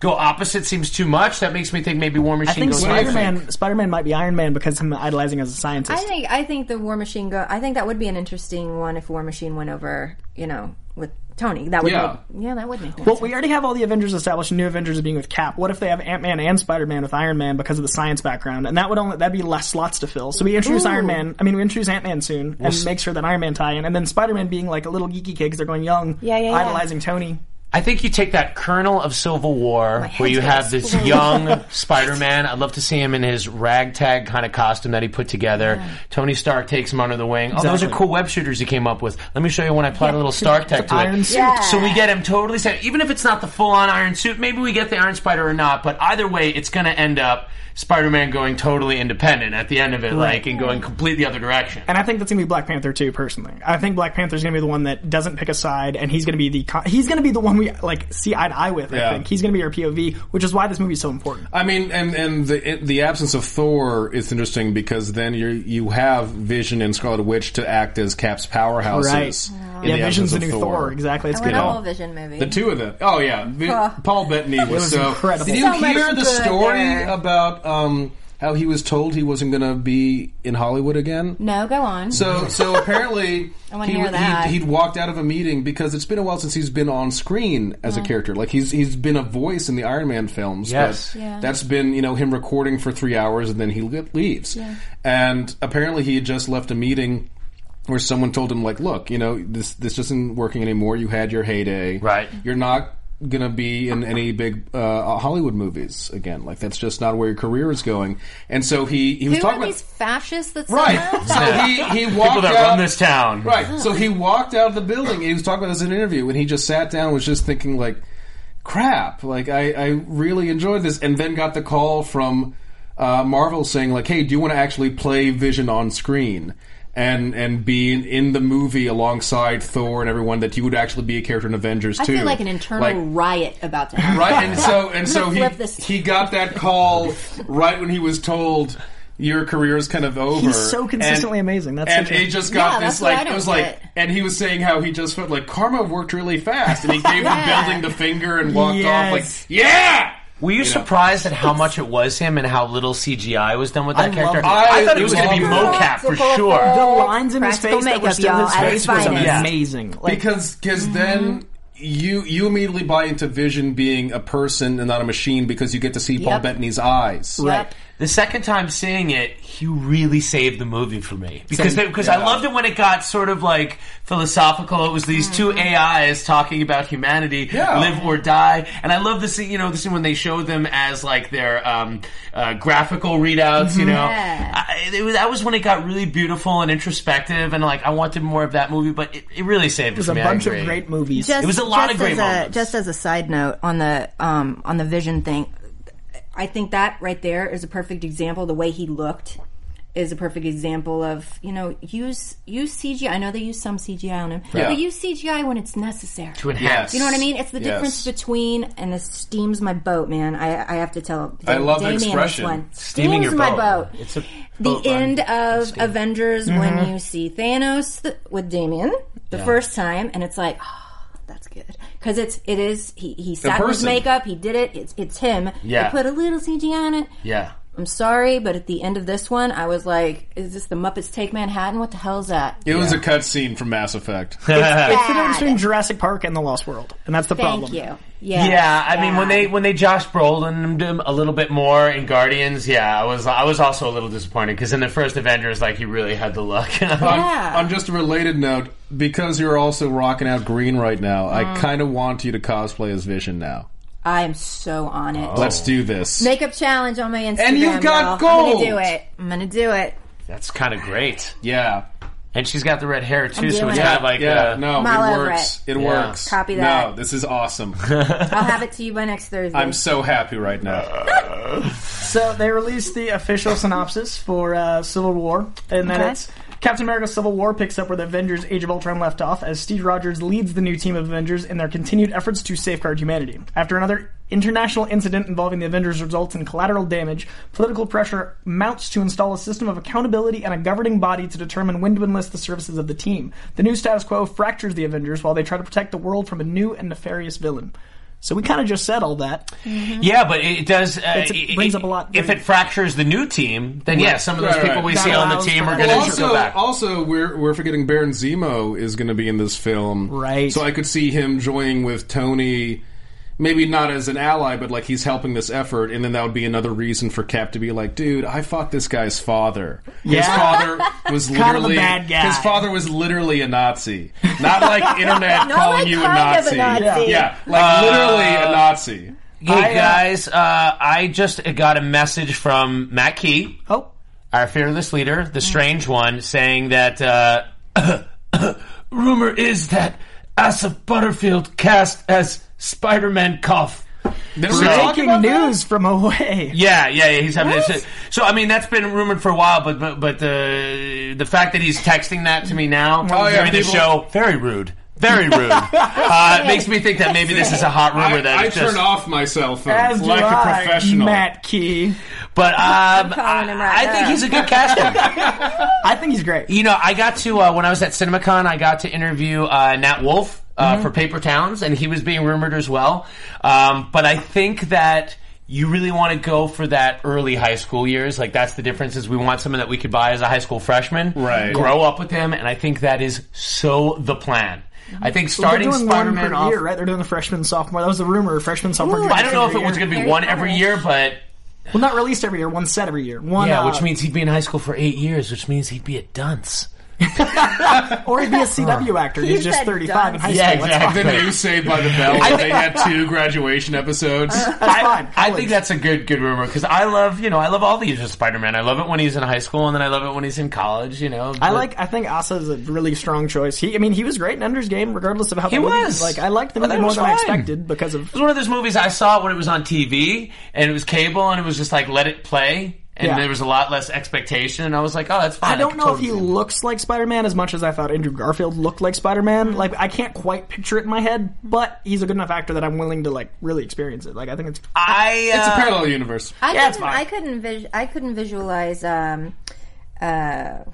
go opposite seems too much. That makes me think maybe War Machine I think goes. Spider Man. think? Spider Man might be Iron Man because I'm idolizing as a scientist. I think I think the War Machine go. I think that would be an interesting one if War Machine went over. You know, with Tony. That would Yeah. make, yeah, that would make sense. Well, we already have all the Avengers established, and new Avengers being with Cap. What if they have Ant Man and Spider Man with Iron Man because of the science background? And that would only that'd be less slots to fill. So we introduce Ooh. Iron Man. I mean, we introduce Ant Man soon, and make sure that Iron Man tie in, and then Spider Man being like a little geeky kid because they're going young, Yeah, yeah, yeah. idolizing Tony. I think you take that kernel of Civil War where you gonna have this explode. young Spider-Man. I'd love to see him in his ragtag kind of costume that he put together. Tony Stark takes him under the wing. Oh, those are Exactly. cool web shooters he came up with. Let me show you when I applied a little Stark tech to Iron it. suit. Yeah. So we get him totally set. Even if it's not the full-on Iron Suit, maybe we get the Iron Spider or not. But either way, it's going to end up Spider-Man going totally independent at the end of it, like and going completely other direction. And I think that's gonna be Black Panther too. Personally, I think Black Panther's gonna be the one that doesn't pick a side, and he's gonna be the co- he's gonna be the one we like see eye to eye with. I Yeah. think he's gonna be our POV, which is why this movie's so important. I mean, and and the it- the absence of Thor is interesting because then you you have Vision and Scarlet Witch to act as Cap's powerhouses. in Yeah, the Vision's absence the of new Thor. Exactly. It's I want good. a whole Vision movie. The two of them. Oh yeah, Vi- Paul Bettany was, was so incredible. Did you So much hear the good story there. about um, how he was told he wasn't going to be in Hollywood again? no, go on. So, so apparently, [laughs] I wanna he, hear would- that. He'd, he'd walked out of a meeting because it's been a while since he's been on screen as a character. Like he's he's been a voice in the Iron Man films. Yes. but Yeah. that's been you know him recording for three hours and then he le- leaves. And apparently, he had just left a meeting where someone told him like, "Look, you know this this isn't working anymore. You had your heyday. Right. You're not." Gonna be in any big uh, Hollywood movies again? Like that's just not where your career is going. And so he he was Who talking are about [laughs] these fascists that said Right. that? So he, he walked People that out, run this town. Right. So he walked out of the building. He was talking about this in an interview, and he just sat down, and was just thinking like, "Crap! Like I, I really enjoyed this." And then got the call from uh, Marvel saying like, "Hey, do you want to actually play Vision on screen?" And and be in, in the movie alongside Thor and everyone that you would actually be a character in Avengers I too. feel like an internal riot about to happen. Right, and so and so gonna he flip this. he got that call right when he was told your career is kind of over. He's so consistently And- amazing. That's and such a- it just got Yeah, this that's what I like it don't was like, get. and he was saying how he just felt like karma worked really fast, and he gave Yeah. the building the finger and walked off Yes. like yeah. Were you, surprised at how much it was him and how little CGI was done with that I character? love it. I, thought it I was going to be love it. mocap for sure. the lines in his Practical face that were makeup, still in his y'all, at face its was finest. amazing. Like, because because then you you immediately buy into Vision being a person and not a machine because you get to see Paul Yep. Bettany's eyes. Yep. The second time seeing it, he really saved the movie for me because they, because I yeah. loved it when it got sort of like philosophical. It was these two AIs talking about humanity, Yeah. live or die, and I love the scene. You know, the scene when they show them as like their um, uh, graphical readouts. You know, Yeah. I, it was, that was when it got really beautiful and introspective, and like I wanted more of that movie, but it, it really saved it, there's for a me. I bunch of agree. great movies. It was a lot just of great as a, moments. Just as a side note on the um, on the vision thing, I think that right there is a perfect example. The way he looked is a perfect example of you know use use CGI. I know they use some CGI on him, but use CGI when it's necessary. to enhance. You know what I mean? It's the Yes. difference between and this steams my boat, man. I, I have to tell. I love the Damien this expression. one. Steaming steams your my boat. boat. It's a the boat ride. end of Avengers when you see Thanos th- with Damien the first time, and it's like. "Oh, That's good because it's it is he he sat in his person. makeup he did it it's it's him Yeah. they put a little CGI on it Yeah. I'm sorry but at the end of this one I was like is this the Muppets Take Manhattan what the hell is that It was a cutscene from Mass Effect. It's the difference Bad. between Jurassic Park and The Lost World, and that's the thank problem. you Yeah, yeah I mean when bad. they when they Josh Brolin him a little bit more in Guardians, yeah, I was I was also a little disappointed because in the first Avengers, like he really had the look. [laughs] Um, Yeah. On just a related note, because you're also rocking out green right now, Mm. I kind of want you to cosplay as Vision now. I am so on Oh. it Let's do this. makeup challenge on my Instagram. And you've got y'all. I'm gold. gonna do it. I'm gonna do it. That's kind of great, yeah. and she's got the red hair too, so doing it's it. kind of like yeah, uh, no, Mal it Everett. works. It Yeah. works. Copy that. No, this is awesome. I'll have it to you by next Thursday. I'm so happy right [laughs] now. So they released the official synopsis for uh, Civil War, and then Okay. it's Captain America: Civil War picks up where the Avengers: Age of Ultron left off, as Steve Rogers leads the new team of Avengers in their continued efforts to safeguard humanity. After another international incident involving the Avengers results in collateral damage, political pressure mounts to install a system of accountability and a governing body to determine when to enlist the services of the team. The new status quo fractures the Avengers while they try to protect the world from a new and nefarious villain. So we kind of just said all that. Yeah, but it does. Uh, It's- it brings it- up a lot. If it fractures the new team, then yeah, some of those Right, people right. we That see on the allows team for are that. going Well, to go also, back. also, we're we're forgetting Baron Zemo is going to be in this film, Right. So I could see him joining with Tony, maybe not as an ally, but like he's helping this effort, and then that would be another reason for Cap to be like, "Dude, I fought this guy's father. His Yeah. father was Kind of a literally bad guy. his father was literally a Nazi, not like internet Not calling like you a kind of Nazi. a Nazi. yeah, like Uh, literally a Nazi." Hey I, uh, guys, uh, I just got a message from Matt Key, Oh, our fearless leader, the strange one, saying that uh, [coughs] rumor is that Asa Butterfield cast as Spider-Man Cuff. They don't So- really talk breaking about that? news from away. Yeah, yeah, yeah. He's having this. So I mean, that's been rumored for a while, but but, but uh, the the fact that he's texting that to me now Oh, yeah, during the people- show very rude, [laughs] very rude. uh, it makes me think that maybe this is a hot rumor I, that I it's just, turn off my cell [laughs] phone As do like a I, professional. Matt Key. But um, calling him I, right I think now. he's a good [laughs] caster. I think he's great. you know, I got to uh, when I was at CinemaCon, I got to interview uh, Nat Wolf uh, Mm-hmm. for Paper Towns, and he was being rumored as well. Um, but I think that. You really want to go for that early high school years, like that's the difference. Is we want someone that we could buy as a high school freshman, Right. Grow up with them, and I think that is so the plan. I think starting They're doing one Spider-Man per off. year, right? They're doing the freshman, sophomore. That was the rumor. Freshman, sophomore. Ooh, junior, I don't know if senior it was year. going to be Very one every funny. year, but Well, not released every year. One set every year. One. yeah, uh, which means he'd be in high school for eight years, which means he'd be a dunce. or he'd be a [laughs] CW actor. He's just said thirty-five in done. high Yeah, school. That's exactly. The new Saved by the Bell. I where think- they had two graduation episodes. fine. That's fine. I think that's a good good rumor because I love you know I love all the years of Spider Man. I love it when he's in high school and then I love it when he's in college. You know, I But- like. I think Asa is a really strong choice. He, I mean, he was great in Ender's Game, regardless of how He the movie- was. Like, I liked the I thought movie it more was than I fine. expected because of It was one of those movies I saw when it was on TV and it was cable and it was just like let it play and Yeah. there was a lot less expectation and I was like oh that's fine. I don't could know if totally he see it. looks like Spider Man as much as I thought Andrew Garfield looked like Spider Man. Mm-hmm. Like I can't quite picture it in my head, but he's a good enough actor that I'm willing to like really experience it. Like I think it's Ah, I uh, It's a parallel universe. I Yeah, it's couldn't, fine. I couldn't, vis- I couldn't visualize um, uh,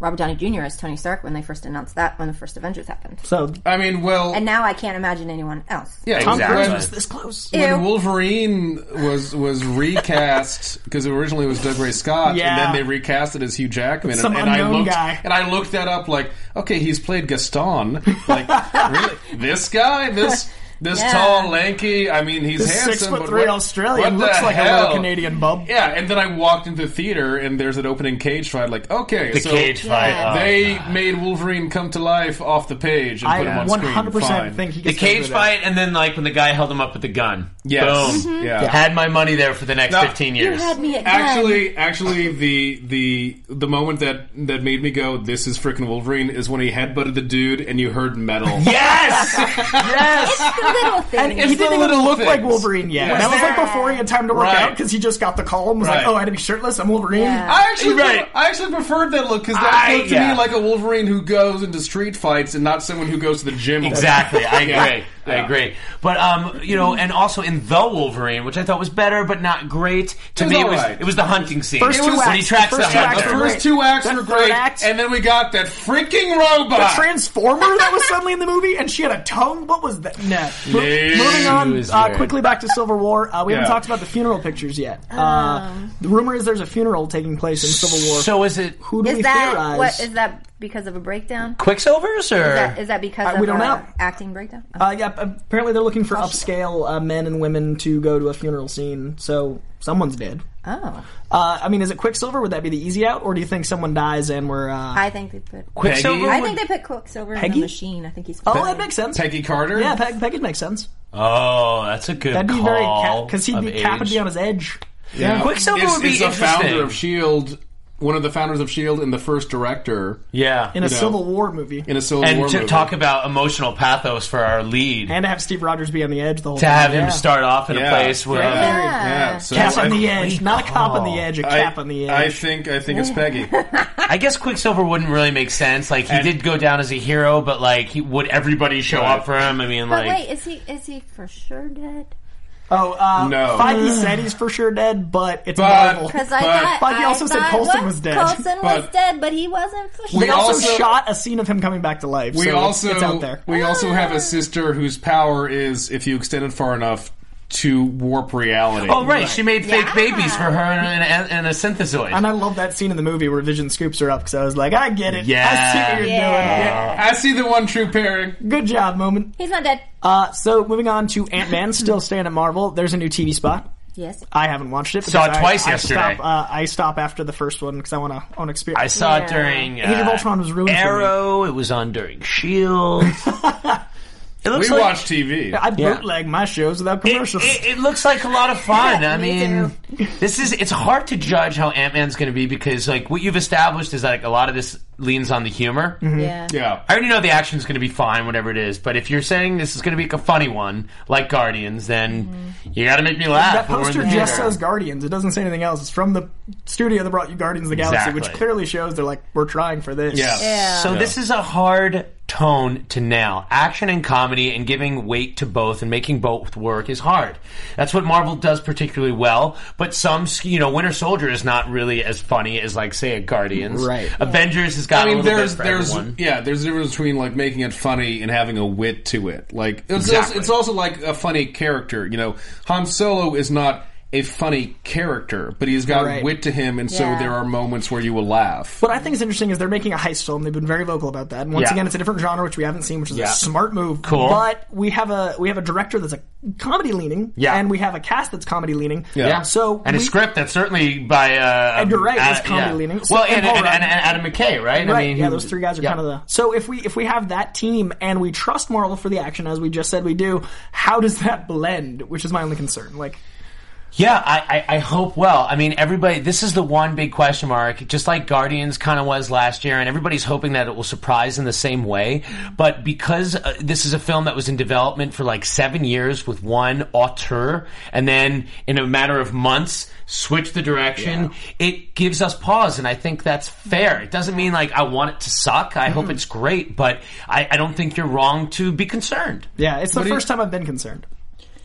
Robert Downey Jr. as Tony Stark when they first announced that when the first Avengers happened. so I mean, well, And now I can't imagine anyone else. yeah, Tom when- Cruise it's this close. Ew. When Wolverine was was recast because originally it was Doug Ray Scott, Yeah. and then they recast it as Hugh Jackman. Some and, and I unknown looked guy. and I looked that up. Like, okay, he's played Gaston. Like, really, this guy, this this Yeah. tall, lanky. I mean, he's This handsome. six foot but three what- Australian what the looks like a hell? little Canadian bub. Yeah, and then I walked into the theater and there's an opening cage fight. Like, okay, the so cage fight. Yeah. oh. They made Wolverine come to life off the page and put him I on 100 screen. percent Fine. think he the gets cage over that. [laughs] fight and then like when the guy held him up with the gun. Yes. Boom. Mm-hmm. Yeah. Had my money there for the next Now- fifteen years. Had me at gun. Actually, actually, the the the moment that that made me go, "This is freaking Wolverine," is when he headbutted the dude and you heard metal. yes. yes. it's [laughs] the little And thing. he didn't even little look things. like Wolverine yet. Yeah. That was like Yeah. before he had time to work Right. out because he just got the call and was like, Right. "Oh, I had to be shirtless. I'm Wolverine." Yeah. I actually, Right. I actually preferred that look because that I- looked to yeah. me like a Wolverine who goes into street fights and not someone who goes to the gym. [laughs] Exactly. I agree. Yeah. I agree. But um, you know, and also in the Wolverine, which I thought was better, but not great. To It was me, it all was right. it was the hunting scene First when two he acts- tracks the the, first two acts [laughs] were great. hunter. The first two acts That were third great, act- and then we got that freaking robot. the transformer that was suddenly in the movie, and she had a tongue. What was that? No. Mo- No. Moving on was uh, weird. quickly back to Civil War. Uh, we haven't Yeah. talked about the funeral pictures yet. Uh, the rumor is there's a funeral taking place in Civil War. So is it who do we is that theorize? what is that because of a breakdown? Quicksilvers or Is that, is that because Uh, of we don't a know. acting breakdown? Oh. uh, yeah, apparently they're looking for upscale uh, men and women to go to a funeral scene. So someone's dead. Oh. Uh, I mean, is it Quicksilver? Would that be the easy out, or do you think someone dies and we're? Uh... I think they put. Quicksilver? I think they put Quicksilver in Peggy? the machine. I think he's. Oh, that makes sense. Peggy Carter. Yeah, Peg, Peggy makes sense. Oh, that's a good That'd be very call. because he'd of be Cap would age. be on his edge. Yeah. Quicksilver is, would be is a founder interesting. of Shield, E one of the founders of Shield, E and the first director Yeah. in a know. Civil War movie, in a Civil War and to movie. talk about emotional pathos for our lead, and to have Steve Rogers be on the edge the whole to time. have him yeah. start off in Yeah. a place where um, Great theory. yeah, so Cap I- on the edge, not a cop on the edge, a Oh. I- cap on the I edge. think I think it's [laughs] Peggy. I guess Quicksilver wouldn't really make sense. Like he And- did go down as a hero, but like he, would everybody show Right. up for him? I mean, But like wait, is he is he for sure dead? Oh, uh, No. Feige said he's for sure dead, but it's But- Marvel. Because I But- thought But he also I said thought, Coulson what? was dead. Coulson was But- dead, but he wasn't for sure. We They also, also- shot a scene of him coming back to life. We so also it's out there. we also have a sister whose power is if you extend it far enough to warp reality. Oh right, she made fake Yeah. babies for her and, and, and a synthesoid. and I love that scene in the movie where Vision scoops her up because I was like, I get it. I Yeah. see what you're doing. Yeah. Uh, I see the one true pairing. Good job, moment. He's not dead. Uh, so moving on to Ant Man, still staying at Marvel. There's a new TV spot. yes. I haven't watched it. Saw it because I- twice I yesterday. Stop, uh, I stop after the first one because I want to own experience. I saw Yeah. it during uh, Age of Ultron was ruined for me. Arrow. It was on [laughs] during Shield. E it looks We like watch TV. I Yeah. bootleg my shows without It, commercials. it, it looks like a lot of fun. I Me mean, this is it's hard to judge how Ant Man's going to be because like what you've established is that like, a lot of this leans on the humor. Mm-hmm. Yeah. yeah. I already know the action's going to be fine, whatever it is. But if you're saying this is going to be a funny one, like Guardians, then Mm-hmm. you got to make me laugh. that when we're in poster the just theater. says Guardians. It doesn't say anything else. It's from the studio that brought you Guardians of the Galaxy, which Exactly. clearly shows they're like, we're trying for this. Yeah. Yeah. So this is a hard tone to nail. Action and comedy and giving weight to both and making both work is hard. That's what Marvel does particularly well, but some, you know, Winter Soldier is not really as funny as like say a Guardians. Right. Avengers has got I mean, a little there's bit for there's everyone. yeah, there's a difference between like making it funny and having a wit to it. Like it's also, Exactly. it's also like a funny character. You know, Han Solo is not a funny character, but he's got Right. wit to him, and so Yeah. there are moments where you will laugh. What I think is interesting is they're making a heist film. They've been very vocal about that. And once Yeah. again, it's a different genre which we haven't seen, which is Yeah. a smart move. Cool. But we have a we have a director that's a comedy leaning, Yeah. and we have a cast that's comedy leaning. Yeah. So and a we- script that's certainly by uh, And you're right, it's Ad- comedy yeah. leaning. So- Well, and and, Paul and, and, Rudd. and Adam McKay, right? Right, I mean, yeah, who- those three guys are yeah. kind of the. So if we if we have that team and we trust Marvel for the action as we just said we do, how does that blend? Which is my only concern. Like, Yeah, I, I, I hope well. I mean, everybody, this is the one big question mark, just like Guardians kind of was last year, and everybody's hoping that it will surprise in the same way. But because uh, this is a film that was in development for like seven years with one auteur, and then in a matter of months, switch the direction, it gives us pause, and I think that's fair. It doesn't mean like I want it to suck. I hope it's great, but I, I don't think you're wrong to be concerned. yeah, it's the do you- first time I've been concerned.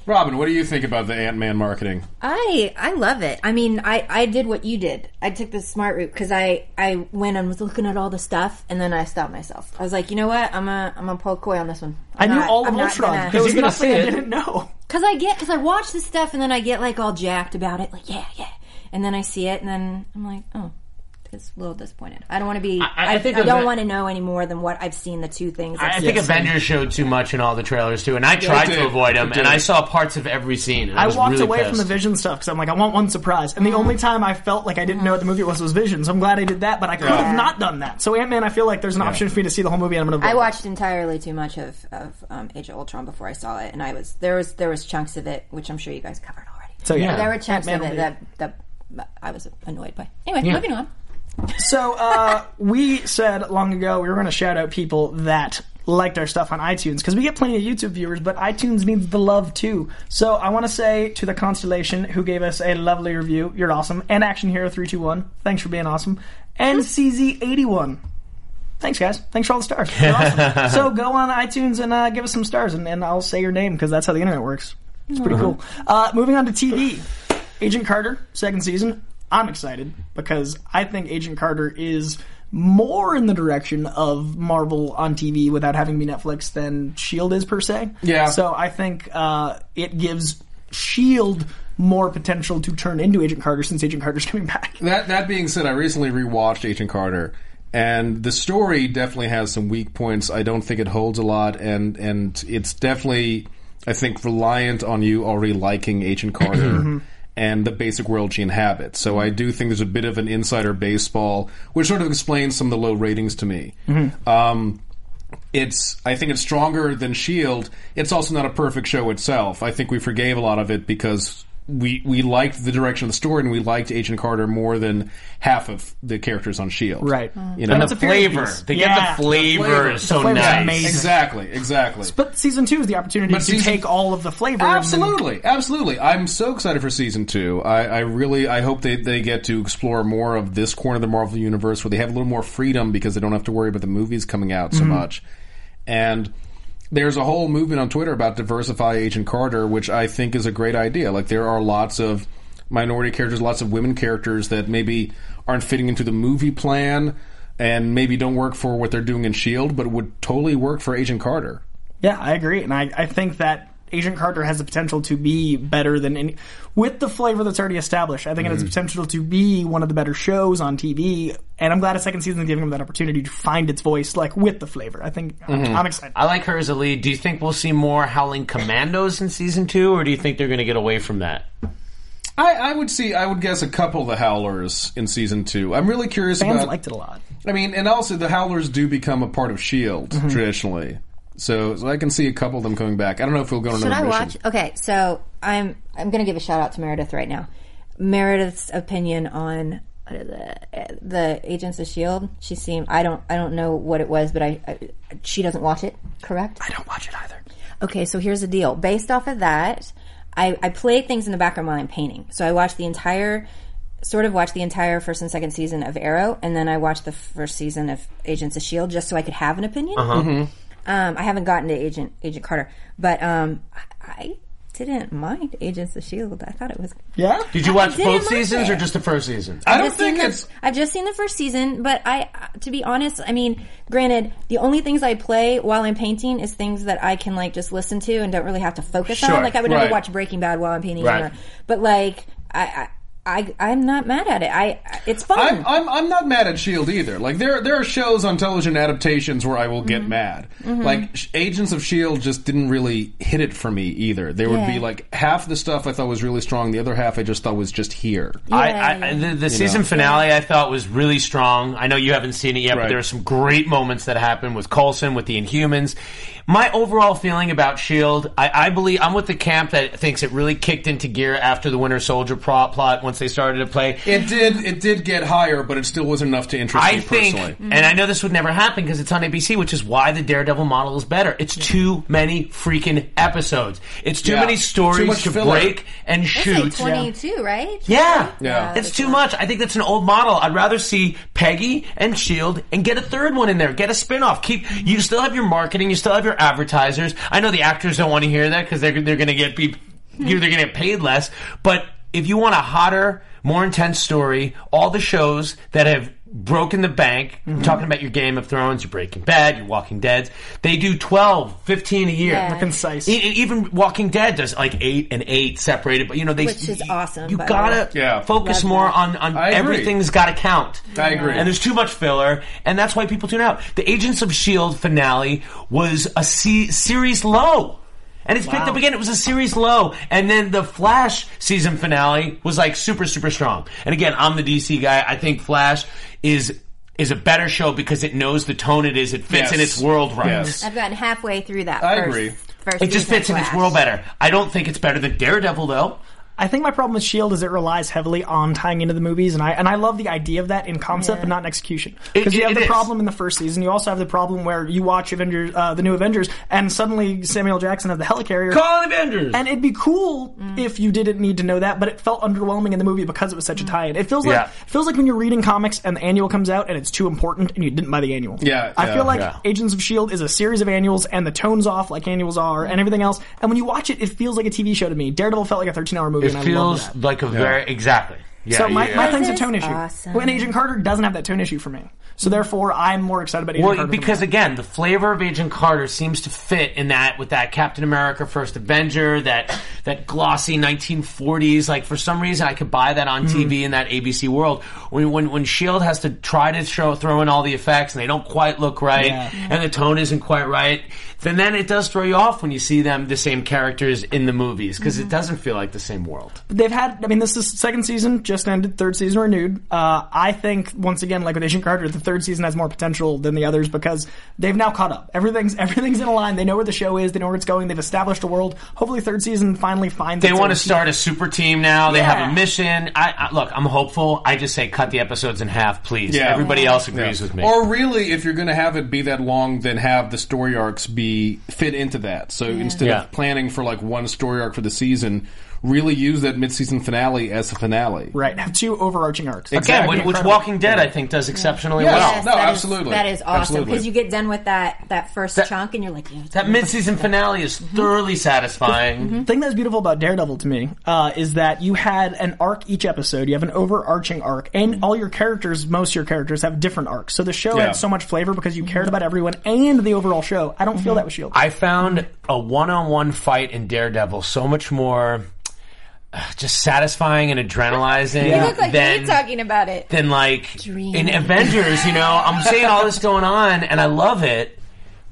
Robin, what do you think about the Ant Man marketing? I I love it. I mean, I I did what you did. I took the smart route because I I went and was looking at all the stuff, and then I stopped myself. I was like, you know what? I'm a I'm a pull coy on this one. I I'm knew not- all of I'm not Ultron. gonna- There was You're gonna nothing see I it. didn't know. Cause I get, cause I watch this stuff and then I get like all jacked about it, like yeah, yeah, and then I see it and then I'm like, oh, it's a little disappointed. I don't want to be. I, I- I think I of don't it- want to know any more than what I've seen. The two things. I, I think Avengers showed too much in all the trailers too, and I tried It did. to avoid them, It and did. I saw parts of every scene. And I, I was walked really away pissed. from the Vision stuff because I'm like, I want one surprise. And the Oh. only time I felt like I didn't know what the movie was was Vision, so I'm glad I did that. But I could have not done that. So Ant Man, I feel like there's an option for me to see the whole movie. and I'm gonna. I watched entirely too much of of um, Age of Ultron before I saw it, and I was there was there was chunks of it which I'm sure you guys covered already. So yeah. there were chunks of Ant-Man it that that that I was annoyed by. Anyway, moving on. So uh, we said long ago we were going to shout out people that liked our stuff on iTunes because we get plenty of YouTube viewers, but iTunes needs the love too. So I want to say to the Constellation who gave us a lovely review, you're awesome, and Action Hero three two one, thanks for being awesome, and CZ eighty one. Thanks, guys. Thanks for all the stars. You're [laughs] awesome. so go on iTunes and uh, give us some stars, and, and I'll say your name because that's how the internet works. It's pretty cool. Uh-huh. Uh, moving on to TV. Agent Carter, second season. I'm excited because I think Agent Carter is more in the direction of Marvel on TV without having to be Netflix than Shield E is per se. Yeah. So I think uh, it gives Shield E more potential to turn into Agent Carter since Agent Carter's [laughs] coming back. That that being said, I recently rewatched Agent Carter, and the story definitely has some weak points. I don't think it holds a lot, and and it's definitely I think reliant on you already liking Agent Carter. And the basic world she inhabits. So I do think there's a bit of an insider baseball, which sort of explains some of the low ratings to me. Um, it's I think it's stronger than Shield. E It's also not a perfect show itself. I think we forgave a lot of it because we we liked the direction of the story and we liked Agent Carter more than half of the characters on Shield. Right. E You know. and the a period flavor. piece. They Yeah. get the flavor. flavor. is so The flavor's nice. amazing. Exactly. Exactly. But season two is the opportunity But to season- take all of the flavor. and then- Absolutely, absolutely. I'm so excited for season two. I, I really, I hope they, they get to explore more of this corner of the Marvel universe where they have a little more freedom because they don't have to worry about the movies coming out so much. And there's a whole movement on Twitter about diversify Agent Carter, which I think is a great idea. Like there are lots of minority characters, lots of women characters that maybe aren't fitting into the movie plan and maybe don't work for what they're doing in Shield, E but would totally work for Agent Carter. Yeah, I agree, and I, I think that Agent Carter has the potential to be better than any with the flavor that's already established. I think it has the Mm-hmm. potential to be one of the better shows on TV, and I'm glad a second season is giving them that opportunity to find its voice, like with the flavor. I think Mm-hmm. I'm, I'm excited. I like her as a lead. Do you think we'll see more Howling Commandos in season two, or do you think they're going to get away from that? I, I would see, I would guess a couple of the Howlers in season two. I'm really curious Fans about. liked it a lot. I mean, and also the Howlers do become a part of Shield E Mm-hmm. traditionally, so, so I can see a couple of them coming back. I don't know if we'll go on Should another I mission. watch? Okay, so I'm I'm gonna give a shout out to Meredith right now. Meredith's opinion on uh, the the Agents of Shield. E She seemed I don't I don't know what it was, but I, I she doesn't watch it. Correct. I don't watch it either. Okay, so here's the deal. Based off of that, I, I play things in the background while I'm painting. So I watched the entire, sort of watched the entire first and second season of Arrow, and then I watched the first season of Agents of Shield just so I could have an opinion. Um, I haven't gotten to Agent Agent Carter, but um, I, I didn't mind Agents of Shield. I thought it was. Yeah, Did you I watch didn't both like seasons or it. just the first season? I don't I've just seen think the- it's. I've just seen the first season, but I, to be honest, I mean, granted, the only things I play while I'm painting is things that I can like just listen to and don't really have to focus Sure, on. Like I would right. never watch Breaking Bad while I'm painting, Right. or- but like I, I, I, I'm not mad at it. I, I- it's fun. I'm, I'm I'm not mad at Shield E either. Like there there are shows on television adaptations where I will Mm-hmm. get mad. Like Sh- E Agents of Shield just didn't really hit it for me either. There would be Yeah. like half the stuff I thought was really strong, the other half I just thought was just here. I, Yeah, I, yeah. the the season finale I thought was really strong. I know you haven't seen it yet, Right. but there were some great moments that happened with Coulson, with the Inhumans. My overall feeling about Shield, I, I believe I'm with the camp that thinks it really kicked into gear after the Winter Soldier plot, plot once they started to play. It did it did get higher, but it still wasn't enough to interest I me think, personally. and I know this would never happen because it's on ABC, which is why the Daredevil model is better. It's too many freaking episodes. It's too Yeah. many Too stories much to filler. break and It's like shoot. 22, right? Yeah. Yeah. It's too much. I think that's an old model. I'd rather see Peggy and Shield E and get a third one in there. Get a spin-off. Keep you still have your marketing, you still have your advertisers. I know the actors don't want to hear that cuz they're they're going to get be you're they're going to get paid less, but if you want a hotter, more intense story, all the shows that have broken the bank, I'm talking about your Game of Thrones, your Breaking Bad, your Walking Dead, they do 12, 15 a year. Yeah. They're concise. E- e- even Walking Dead does like 8 and 8 separated, but you know they Which is awesome, You by the gotta way. Yeah. focus Love more that. on on I agree. everything's got to count. I agree. And there's too much filler, and that's why people tune out. The Agents of Shield E finale was a se- series low. And it's picked up again. It was a series low, and then the Flash season finale was like super, super strong. And again, I'm the DC guy. I think Flash is is a better show because it knows the tone it is. It fits in Yes. its world right. Yes. I've gotten halfway through that. I first, agree. First It just season fits in its Flash. world better. I don't think it's better than Daredevil though. I think my problem with Shield is it relies heavily on tying into the movies, and I and I love the idea of that in concept, but not in execution. Because It- you it- have it the is. problem in the first season, you also have the problem where you watch Avengers, uh, the new Avengers, and suddenly Samuel Jackson has the helicarrier. Call Avengers. and it'd be cool Mm. if you didn't need to know that, but it felt underwhelming in the movie because it was such a tie-in. It feels like Mm. Yeah. it feels like when you're reading comics and the annual comes out and it's too important and you didn't buy the annual. Yeah, I yeah, feel like yeah. Agents of Shield E is a series of annuals and the tones off like annuals are and everything else. And when you watch it, it feels like a TV show to me. Daredevil felt like a 13-hour movie. It and I love feels that. like a very exactly. Yeah, So my, yeah. my thing's a This tone is issue. awesome. When Agent Carter doesn't have that tone issue for me, so therefore I'm more excited about Agent well, Carter. because than again, the flavor of Agent Carter seems to fit in that with that Captain America First Avenger, that that glossy 1940s. Like for some reason, I could buy that on TV in that ABC world. When when when Shield E has to try to show throw in all the effects and they don't quite look right, Yeah. and the tone isn't quite right, then then it does throw you off when you see them the same characters in the movies because it doesn't feel like the same world. they've had. I mean, this is second season just ended, third season renewed. Uh, I think once again, like with Agent Carter, the third season has more potential than the others because they've now caught up. Everything's [laughs] everything's in a line. They know where the show is. They know where it's going. They've established a world. Hopefully, third season finally finds. They want to start a super team now. They have Yeah. a mission. I, I look. I'm hopeful. I just say cut the episodes in half, please. Yeah. Everybody else agrees with me. Or really, if you're going to have it be that long, then have the story arcs be be fit into that. So instead Yeah. of planning for like one story arc for the season, really use that mid-season finale as the finale. [laughs] Right. Have two overarching arcs. Again, Exactly. which, which Walking Dead I think does exceptionally Yeah. well. Yes. no, that is- absolutely. that is awesome Absolutely. because you get done with that that first chunk and you're like, yeah, That mid-season finale is thoroughly satisfying. The thing that's beautiful about Daredevil to me uh, is that you had an arc each episode. You have an overarching arc, and all your characters, most of your characters, have different arcs. So the show Yeah. had so much flavor because you cared about everyone and the overall show. I E don't feel that with Shield. Mm-hmm. I found a one-on-one fight in Daredevil so much more uh, just satisfying and adrenalizing You look like than me talking about it. than like Dream. in Avengers. You know, I'm seeing all [laughs] this going on, and I love it.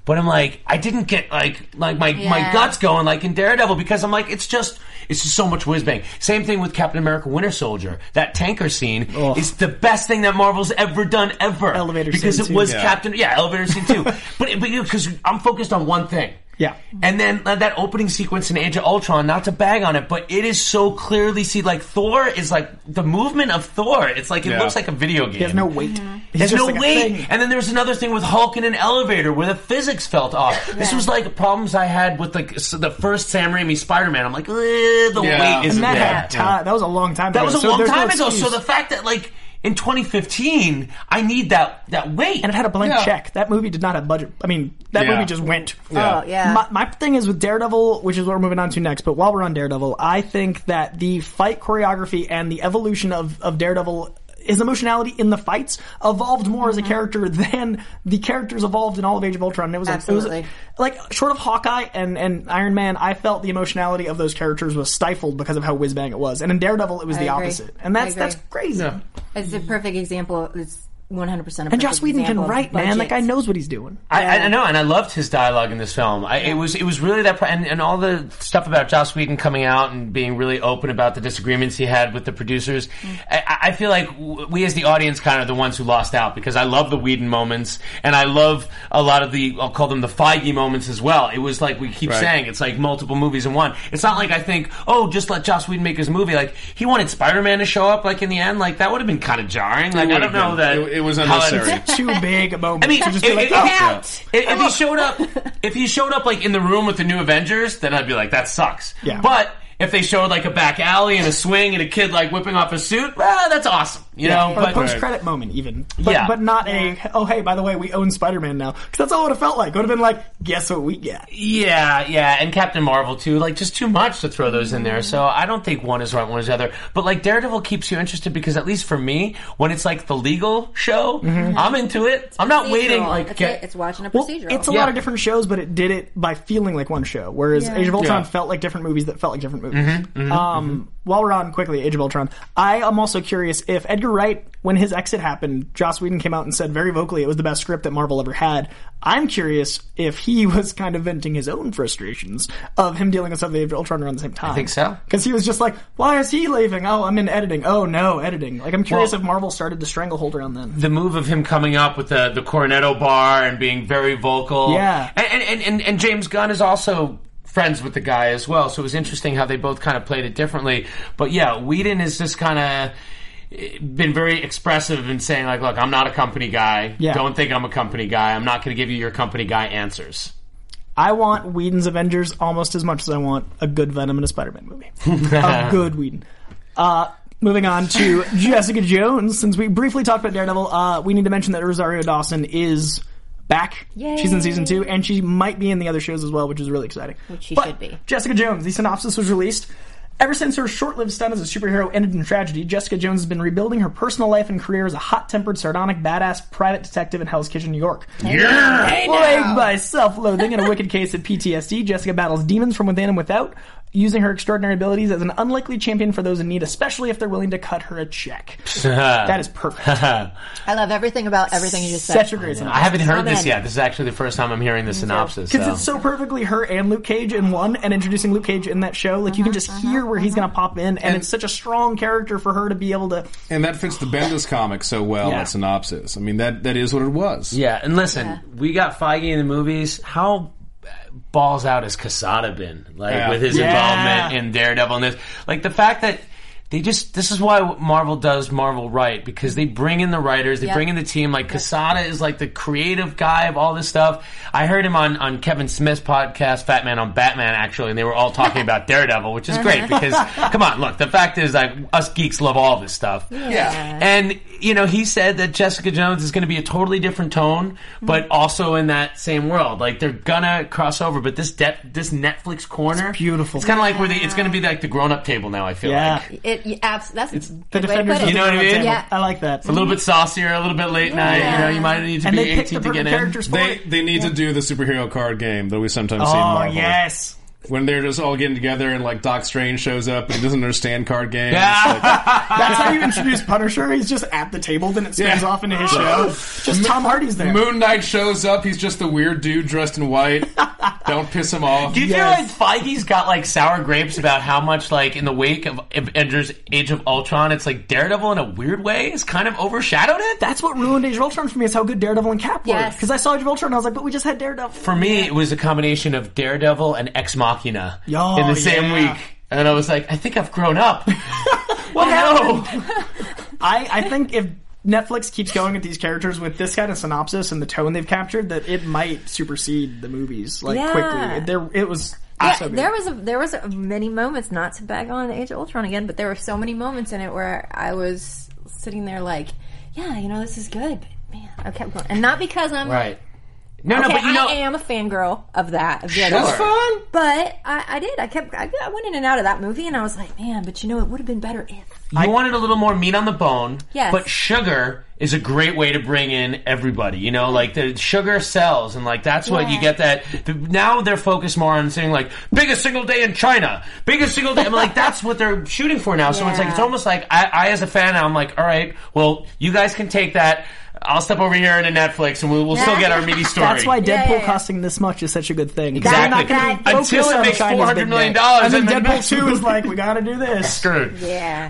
But I'm like, I didn't get like like my, my Yeah. guts going like in Daredevil because I'm like, it's just it's just so much whiz bang. Same thing with Captain America: Winter Soldier. That tanker scene is the best thing that Marvel's ever done ever. Elevator scene, because it too. was Yeah. Captain. Yeah, elevator scene [laughs] too. but because I'm focused on one thing. Yeah. And then uh, that opening sequence in Age of Ultron, not to bag on it, but it is so clearly see like Thor is like the movement of Thor. It's like it Yeah. looks like a video game. He has no weight. He's There's just no like a way. thing. And then there's another thing with Hulk in an elevator where the physics felt off. [laughs] This was like problems I had with like s the first Sam Raimi Spider-Man. I'm like, eh, the Yeah. weight isn't And that, there. had time, that was a long time. That ago, was a so long there's no time ago. So excuse. the fact that like in 2015, I need that that weight. and it had a blank Yeah. check. That movie did not have budget. I mean, that Yeah. movie just went. Uh, Yeah. Oh yeah. My, my thing is with Daredevil, which is what we're moving on to next. But while we're on Daredevil, I think that the fight choreography and the evolution of of Daredevil. His emotionality in the fights evolved more Mm-hmm. as a character than the characters evolved in all of Age of Ultron. It was like, it was Absolutely. like short of Hawkeye and, and Iron Man, I felt the emotionality of those characters was stifled because of how whiz bang it was. And in Daredevil, it was the agree. opposite, and that's I agree. that's crazy. it's a perfect example. It's 100 percent. And Joss Whedon can write, man. That guy knows what he's doing. I, I know, and I loved his dialogue in this film. I, It was it was really that, pro- and, and all the stuff about Joss Whedon coming out and being really open about the disagreements he had with the producers. Mm. I- I, I feel like w- we as the audience kind of the ones who lost out because I love the Whedon moments, and I love a lot of the I'll call them the Feige moments as well. It was like we keep Right. saying it's like multiple movies in one. It's not like I think oh just let Joss Whedon make his movie. Like he wanted Spider Man to show up like in the end. Like that would have been kind of jarring. Like I would don't have know been. that It- it was how that- [laughs] unnecessary. Too big a moment. I mean, to [laughs] if, just be like, if- oh, if- if he showed up, if he showed up like in the room with the new Avengers, then I'd be like, that sucks. Yeah. But if they showed like a back alley and a swing and a kid like whipping off a suit, well, that's awesome. You know, or a but post credit moment even. But, Yeah. but not a oh hey by the way we own Spider Man now because that's all it would have felt like. It would have been like guess what we get. yeah, yeah, and Captain Marvel too. Like just too much to throw those in there. So I don't think one is right, one is the other. But like Daredevil keeps you interested because at least for me, when it's like the legal show, Mm-hmm. I'm into it. I'm not waiting. Like it's, get- it. it's watching a Well, procedural. it's a Yeah. lot of different shows, but it did it by feeling like one show. Whereas Yeah. Age of Ultron Yeah. felt like different movies that felt like different movies. Mm-hmm, um, While we're on quickly Age of Ultron, I am also curious if Edgar Wright, when his exit happened, Joss Whedon came out and said very vocally it was the best script that Marvel ever had. I'm curious if he [laughs] was kind of venting his own frustrations of him dealing with something Age of Ultron around the same time. I think so. because he was just like, why is he leaving? Oh, I'm in editing. Oh no, editing. Like I'm curious if Marvel started to stranglehold around then. the move of him coming up with the the Cornetto bar and being very vocal. Yeah. and and, and, and, and James Gunn is also friends with the guy as well. So it was interesting how they both kind of played it differently. But yeah, Whedon is just kind of been very expressive in saying like, "Look, I'm not a company guy. Yeah. Don't think I'm a company guy. I'm not going to give you your company guy answers." I want Whedon's Avengers almost as much as I want a good Venom and a Spider-Man movie. a good Whedon. Uh, moving on to Jessica Jones. Since we briefly talked about Daredevil, uh, we need to mention that Rosario Dawson is back. Yay. She's in season two, and she might be in the other shows as well, which is really exciting. Which she should be. Jessica Jones. The synopsis was released. Ever since her short-lived stint as a superhero ended in tragedy, Jessica Jones has been rebuilding her personal life and career as a hot-tempered, sardonic, badass private detective in Hell's Kitchen, New York. Plagued by self-loathing and a wicked case of PTSD, Jessica battles demons from within and without, using her extraordinary abilities as an unlikely champion for those in need, especially if they're willing to cut her a [laughs] check. that is perfect. I love everything about everything you just said. Such a great I synopsis. haven't heard this Amen. yet. This is actually the first time I'm hearing the synopsis. Because so. it's so perfectly her and Luke Cage in one, and introducing Luke Cage in that show, like you can Uh-huh, just hear where he's going to pop in, and, it's such a strong character for her to be able to. And that fits the Bendis comic so well, Yeah. that synopsis. I mean, that, that is what it was. Yeah, and listen, we got Feige in the movies. How balls out has Casada been? Like Yeah. with his Yeah. involvement in Daredevil and this, like the fact that They just this is why Marvel does Marvel right because they bring in the writers, they Yeah. bring in the team. Like Casada is like the creative guy of all this stuff. I heard him on on Kevin Smith's podcast, Fat Man on Batman, actually, and they were all talking about Daredevil, which is great because come on, look, the fact is like us geeks love all this stuff. Uh-huh. Yeah. And you know, he said that Jessica Jones is going to be a totally different tone, Mm-hmm. but also in that same world. Like they're gonna cross over, but this de- this Netflix corner, It's beautiful. It's kind of like where they, it's going to be like the grown up table now. I feel Yeah. like It, you abs- that's a The good way to defenders. put of it. You know the what I mean? table. Yeah. I like that. a little bit saucier, a little bit late night. You know, you might need to and be they picked the eighteen to perfect get in. characters for They it. they need to do the superhero card game that we sometimes see in Oh Marvel. yes. When they're just all getting together and like Doc Strange shows up and he doesn't understand card games. Yeah. Like, That's how you introduce Punisher. He's just at the table, then it spins Yeah. off into his show. Just Tom Hardy's there. Moon Knight shows up. He's just the weird dude dressed in white. Don't piss him off. Do you Yes. feel like Feige's got like sour grapes about how much like in the wake of Avengers: Age of Ultron, it's like Daredevil in a weird way has kind of overshadowed it? That's what ruined Age of Ultron for me. Is how good Daredevil and Cap were. Yes. Because I saw Age of Ultron, and I was like, but we just had Daredevil. for me, it was a combination of Daredevil and Ex Machina Oh, in the same yeah. week. And I was like, I think I've grown up. well, no. I I think if. Netflix keeps going at these characters with this kind of synopsis and the tone they've captured that it might supersede the movies like Yeah. quickly. There, it was. Yeah, so good. there was a, there was a many moments. Not to bag on Age of Ultron again, but there were so many moments in it where I was sitting there like, yeah, you know, this is good, but man, I kept going, and not because I'm Right. No, no, Okay, but you know. I am a fangirl of that. Of the other That's one. fun. But I, I did. I kept. I, I went in and out of that movie, and I was like, man, but you know, it would have been better if. You wanted a little more meat on the bone, Yes. but sugar is a great way to bring in everybody. You know, like the sugar sells, and like that's what you Yeah. get. That the, now they're focused more on saying like biggest single day in China, biggest single day. I'm like that's what they're shooting for now. So it's like Yeah. it's almost like I, I as a fan, I'm like, all right, well, you guys can take that. I'll step over here into Netflix, and we'll, we'll still get our [laughs] meaty story. That's why Deadpool Yeah, yeah, yeah. costing this much is such a good thing. Exactly. They're not gonna Until focus it on makes China's $400 big million day. dollars, and then and then- Deadpool Two is like, we gotta do this. screwed. Yeah.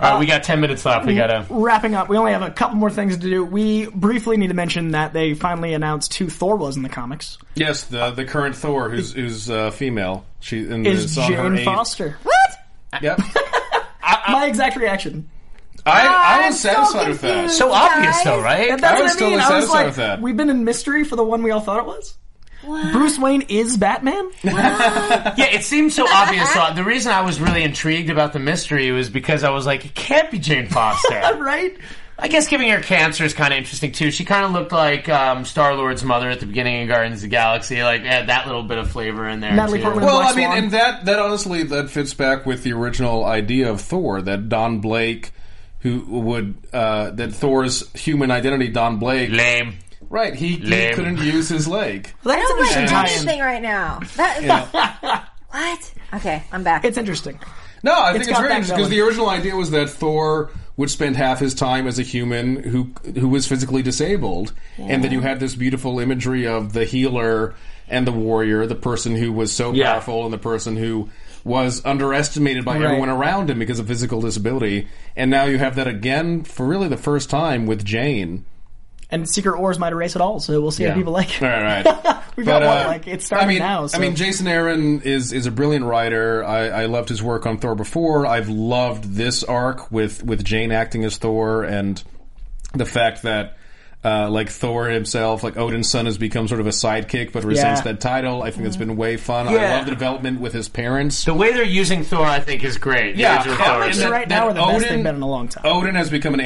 All right, Uh, we got ten minutes left. We gotta. Wrapping up, we only have a couple more things to do. We briefly need to mention that they finally announced who Thor was in the comics. Yes, the the current Thor, who's who's uh, female. She and Is it's on her Jane eighth- Foster? Yep. My exact reaction. I, I I'm was so satisfied with that. confused. So obvious, Guys. though, right? And that's I was what I mean. totally I was satisfied like, with that. we've been in mystery for the one we all thought it was. Bruce Wayne is [laughs] Batman. Yeah, it seemed so [laughs] obvious. So the reason I was really intrigued about the mystery was because I was like, it can't be Jane Foster. right? I guess giving her cancer is kind of interesting too. She kind of looked like um, Star Lord's mother at the beginning of Guardians of the Galaxy. Like had that little bit of flavor in there. Natalie too. Portman. Well, Black I mean, Swan. and that that honestly that fits back with the original idea of Thor that Don Blake, who would uh, that Thor's human identity, Don Blake, lame. right? He, he Lame. couldn't use his leg. That's an I'm interesting like tie-in. anything right now. That, [laughs] what? Okay, I'm back. It's interesting. No, I think It's it's, got very that interesting because going. the original idea was that Thor would spend half his time as a human who who was physically disabled, and that you had this beautiful imagery of the healer and the warrior, the person who was so Yeah. powerful and the person who was underestimated by everyone around him because of physical disability. And now you have that again for really the first time with Jane. And Secret Wars might erase it all, so we'll see how people like it. [laughs] All right. right. We've got But, one. uh, Like it's starting I mean, now. So. I mean, Jason Aaron is is a brilliant writer. I, I loved his work on Thor before. I've loved this arc with with Jane acting as Thor and the fact that. Uh, like Thor himself, like Odin's son, has become sort of a sidekick, but resents Yeah. Mm-hmm. that title. I think it's been way fun. I Yeah. love the development with his parents. The way they're using Thor, I think, is great. The Yeah. original How Thor much is- that- right now that are the best they've Odin- Oh. been in a long time. Odin has become an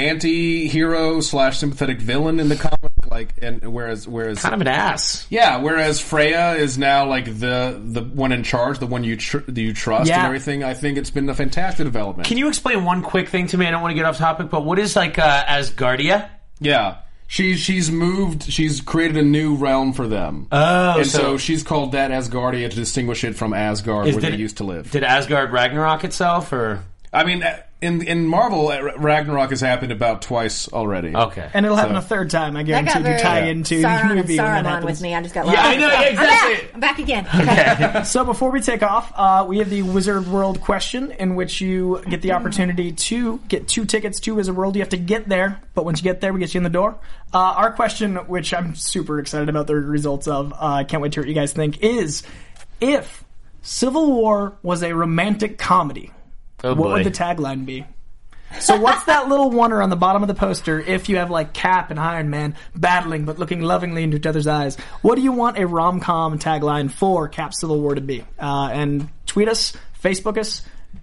anti-hero slash sympathetic villain in the comic. Like, and whereas whereas kind of an ass. Yeah, whereas Freya is now like the the one in charge, the one you tr- that you trust Yeah. and everything. I think it's been a fantastic development. Can you explain one quick thing to me? I don't want to get off topic, but what is like uh, Asgardia? yeah. She, she's moved. She's created a new realm for them. Oh, and so, so- she's called that Asgardia to distinguish it from Asgard, Is- where did they it- used to live. Did Asgard Ragnarok itself, or I mean, uh, in in Marvel, uh, Ragnarok has happened about twice already. okay? And it'll happen a third time, I That guarantee, got to very tie into Sauron the movie and when that Saruman happens. with me. I just got Yeah, lost. I know, yeah, exactly. I'm back, I'm back again. Okay. [laughs] So before we take off, uh, we have the Wizard World question, in which you get the opportunity to get two tickets to Wizard World. You have to get there, but once you get there, we get you in the door. Uh, our question, which I'm super excited about the results of, uh, can't wait to hear what you guys think, is if Civil War was a romantic comedy, Oh, what boy. would the tagline be? So what's that little wonder on the bottom of the poster if you have like Cap and Iron Man battling but looking lovingly into each other's eyes? What do you want a rom-com tagline for Cap Civil War to be? Uh, and tweet us, Facebook us,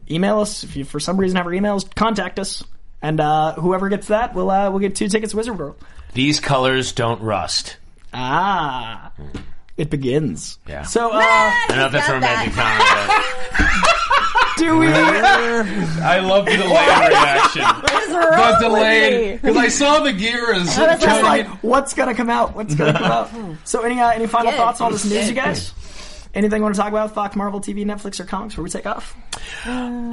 email us. If you for some reason have our emails, contact us. And uh, whoever gets that, we'll, uh, we'll get two tickets to Wizard World. These colors don't rust. Ah, it begins. Yeah. So uh, I don't know if that's a Got that. romantic comment, do we? but I love the layout [laughs] reaction. What is wrong Got with delayed me? because I saw the gear as I was trying to like- get- What's gonna come out? What's gonna come out? So any uh, any final Good. thoughts on all this news, you guys? Anything you want to talk about? Fox, Marvel, TV, Netflix, or comics? Where we take off?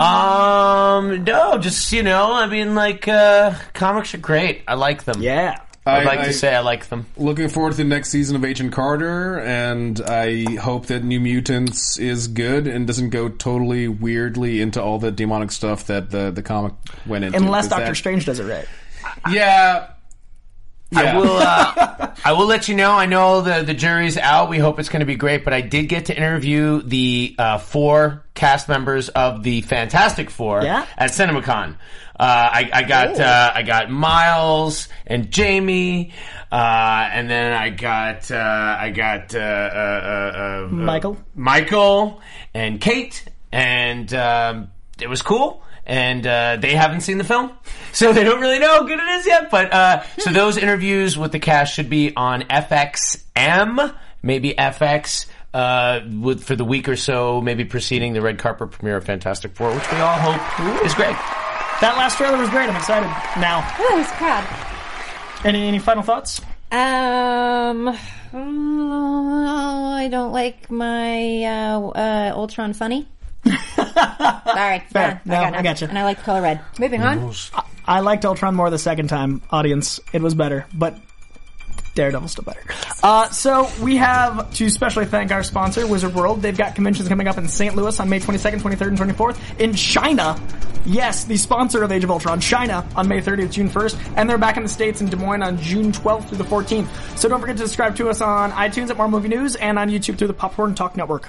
Um, no, just you know, I mean, like uh, comics are great. I like them. Yeah. I'd like I- to say I like them. Looking forward to the next season of Agent Carter, and I hope that New Mutants is good and doesn't go totally weirdly into all the demonic stuff that the, the comic went into. Unless 'Cause Doctor that- Strange does it right. Yeah. I will. Uh, I will let you know. I know the the jury's out. We hope it's going to be great. But I did get to interview the uh, four cast members of the Fantastic Four Yeah? at CinemaCon. Uh, I, I got uh, I got Miles and Jamie, uh, and then I got uh, I got uh, uh, uh, uh, Michael? Michael and Kate, and um, it was cool. And uh, they haven't seen the film, [laughs] so they don't really know how good it is yet. But uh, so those interviews with the cast should be on FXM, maybe FX. Uh, with, for the week or so, maybe preceding the red carpet premiere of Fantastic Four, which we all hope is great. That last trailer was great. I'm excited now. Ooh, it's crowd. Any any final thoughts? Um, I don't like my uh, uh, [laughs] Ultron funny. Sorry, Fair. Yeah, No, got I nothing. gotcha. And I like the color red. Moving on. I liked Ultron more the second time, audience. It was better, but Daredevil's still better. Uh, so we have to specially thank our sponsor, Wizard World. They've got conventions coming up in St. Louis on May 22nd, 23rd, and 24th. In China, yes, the sponsor of Age of Ultron, China, on May 30th, June 1st. And they're back in the States in Des Moines on June 12th through the 14th. So don't forget to subscribe to us on iTunes at Marvel Movie News and on YouTube through the Popcorn Talk Network.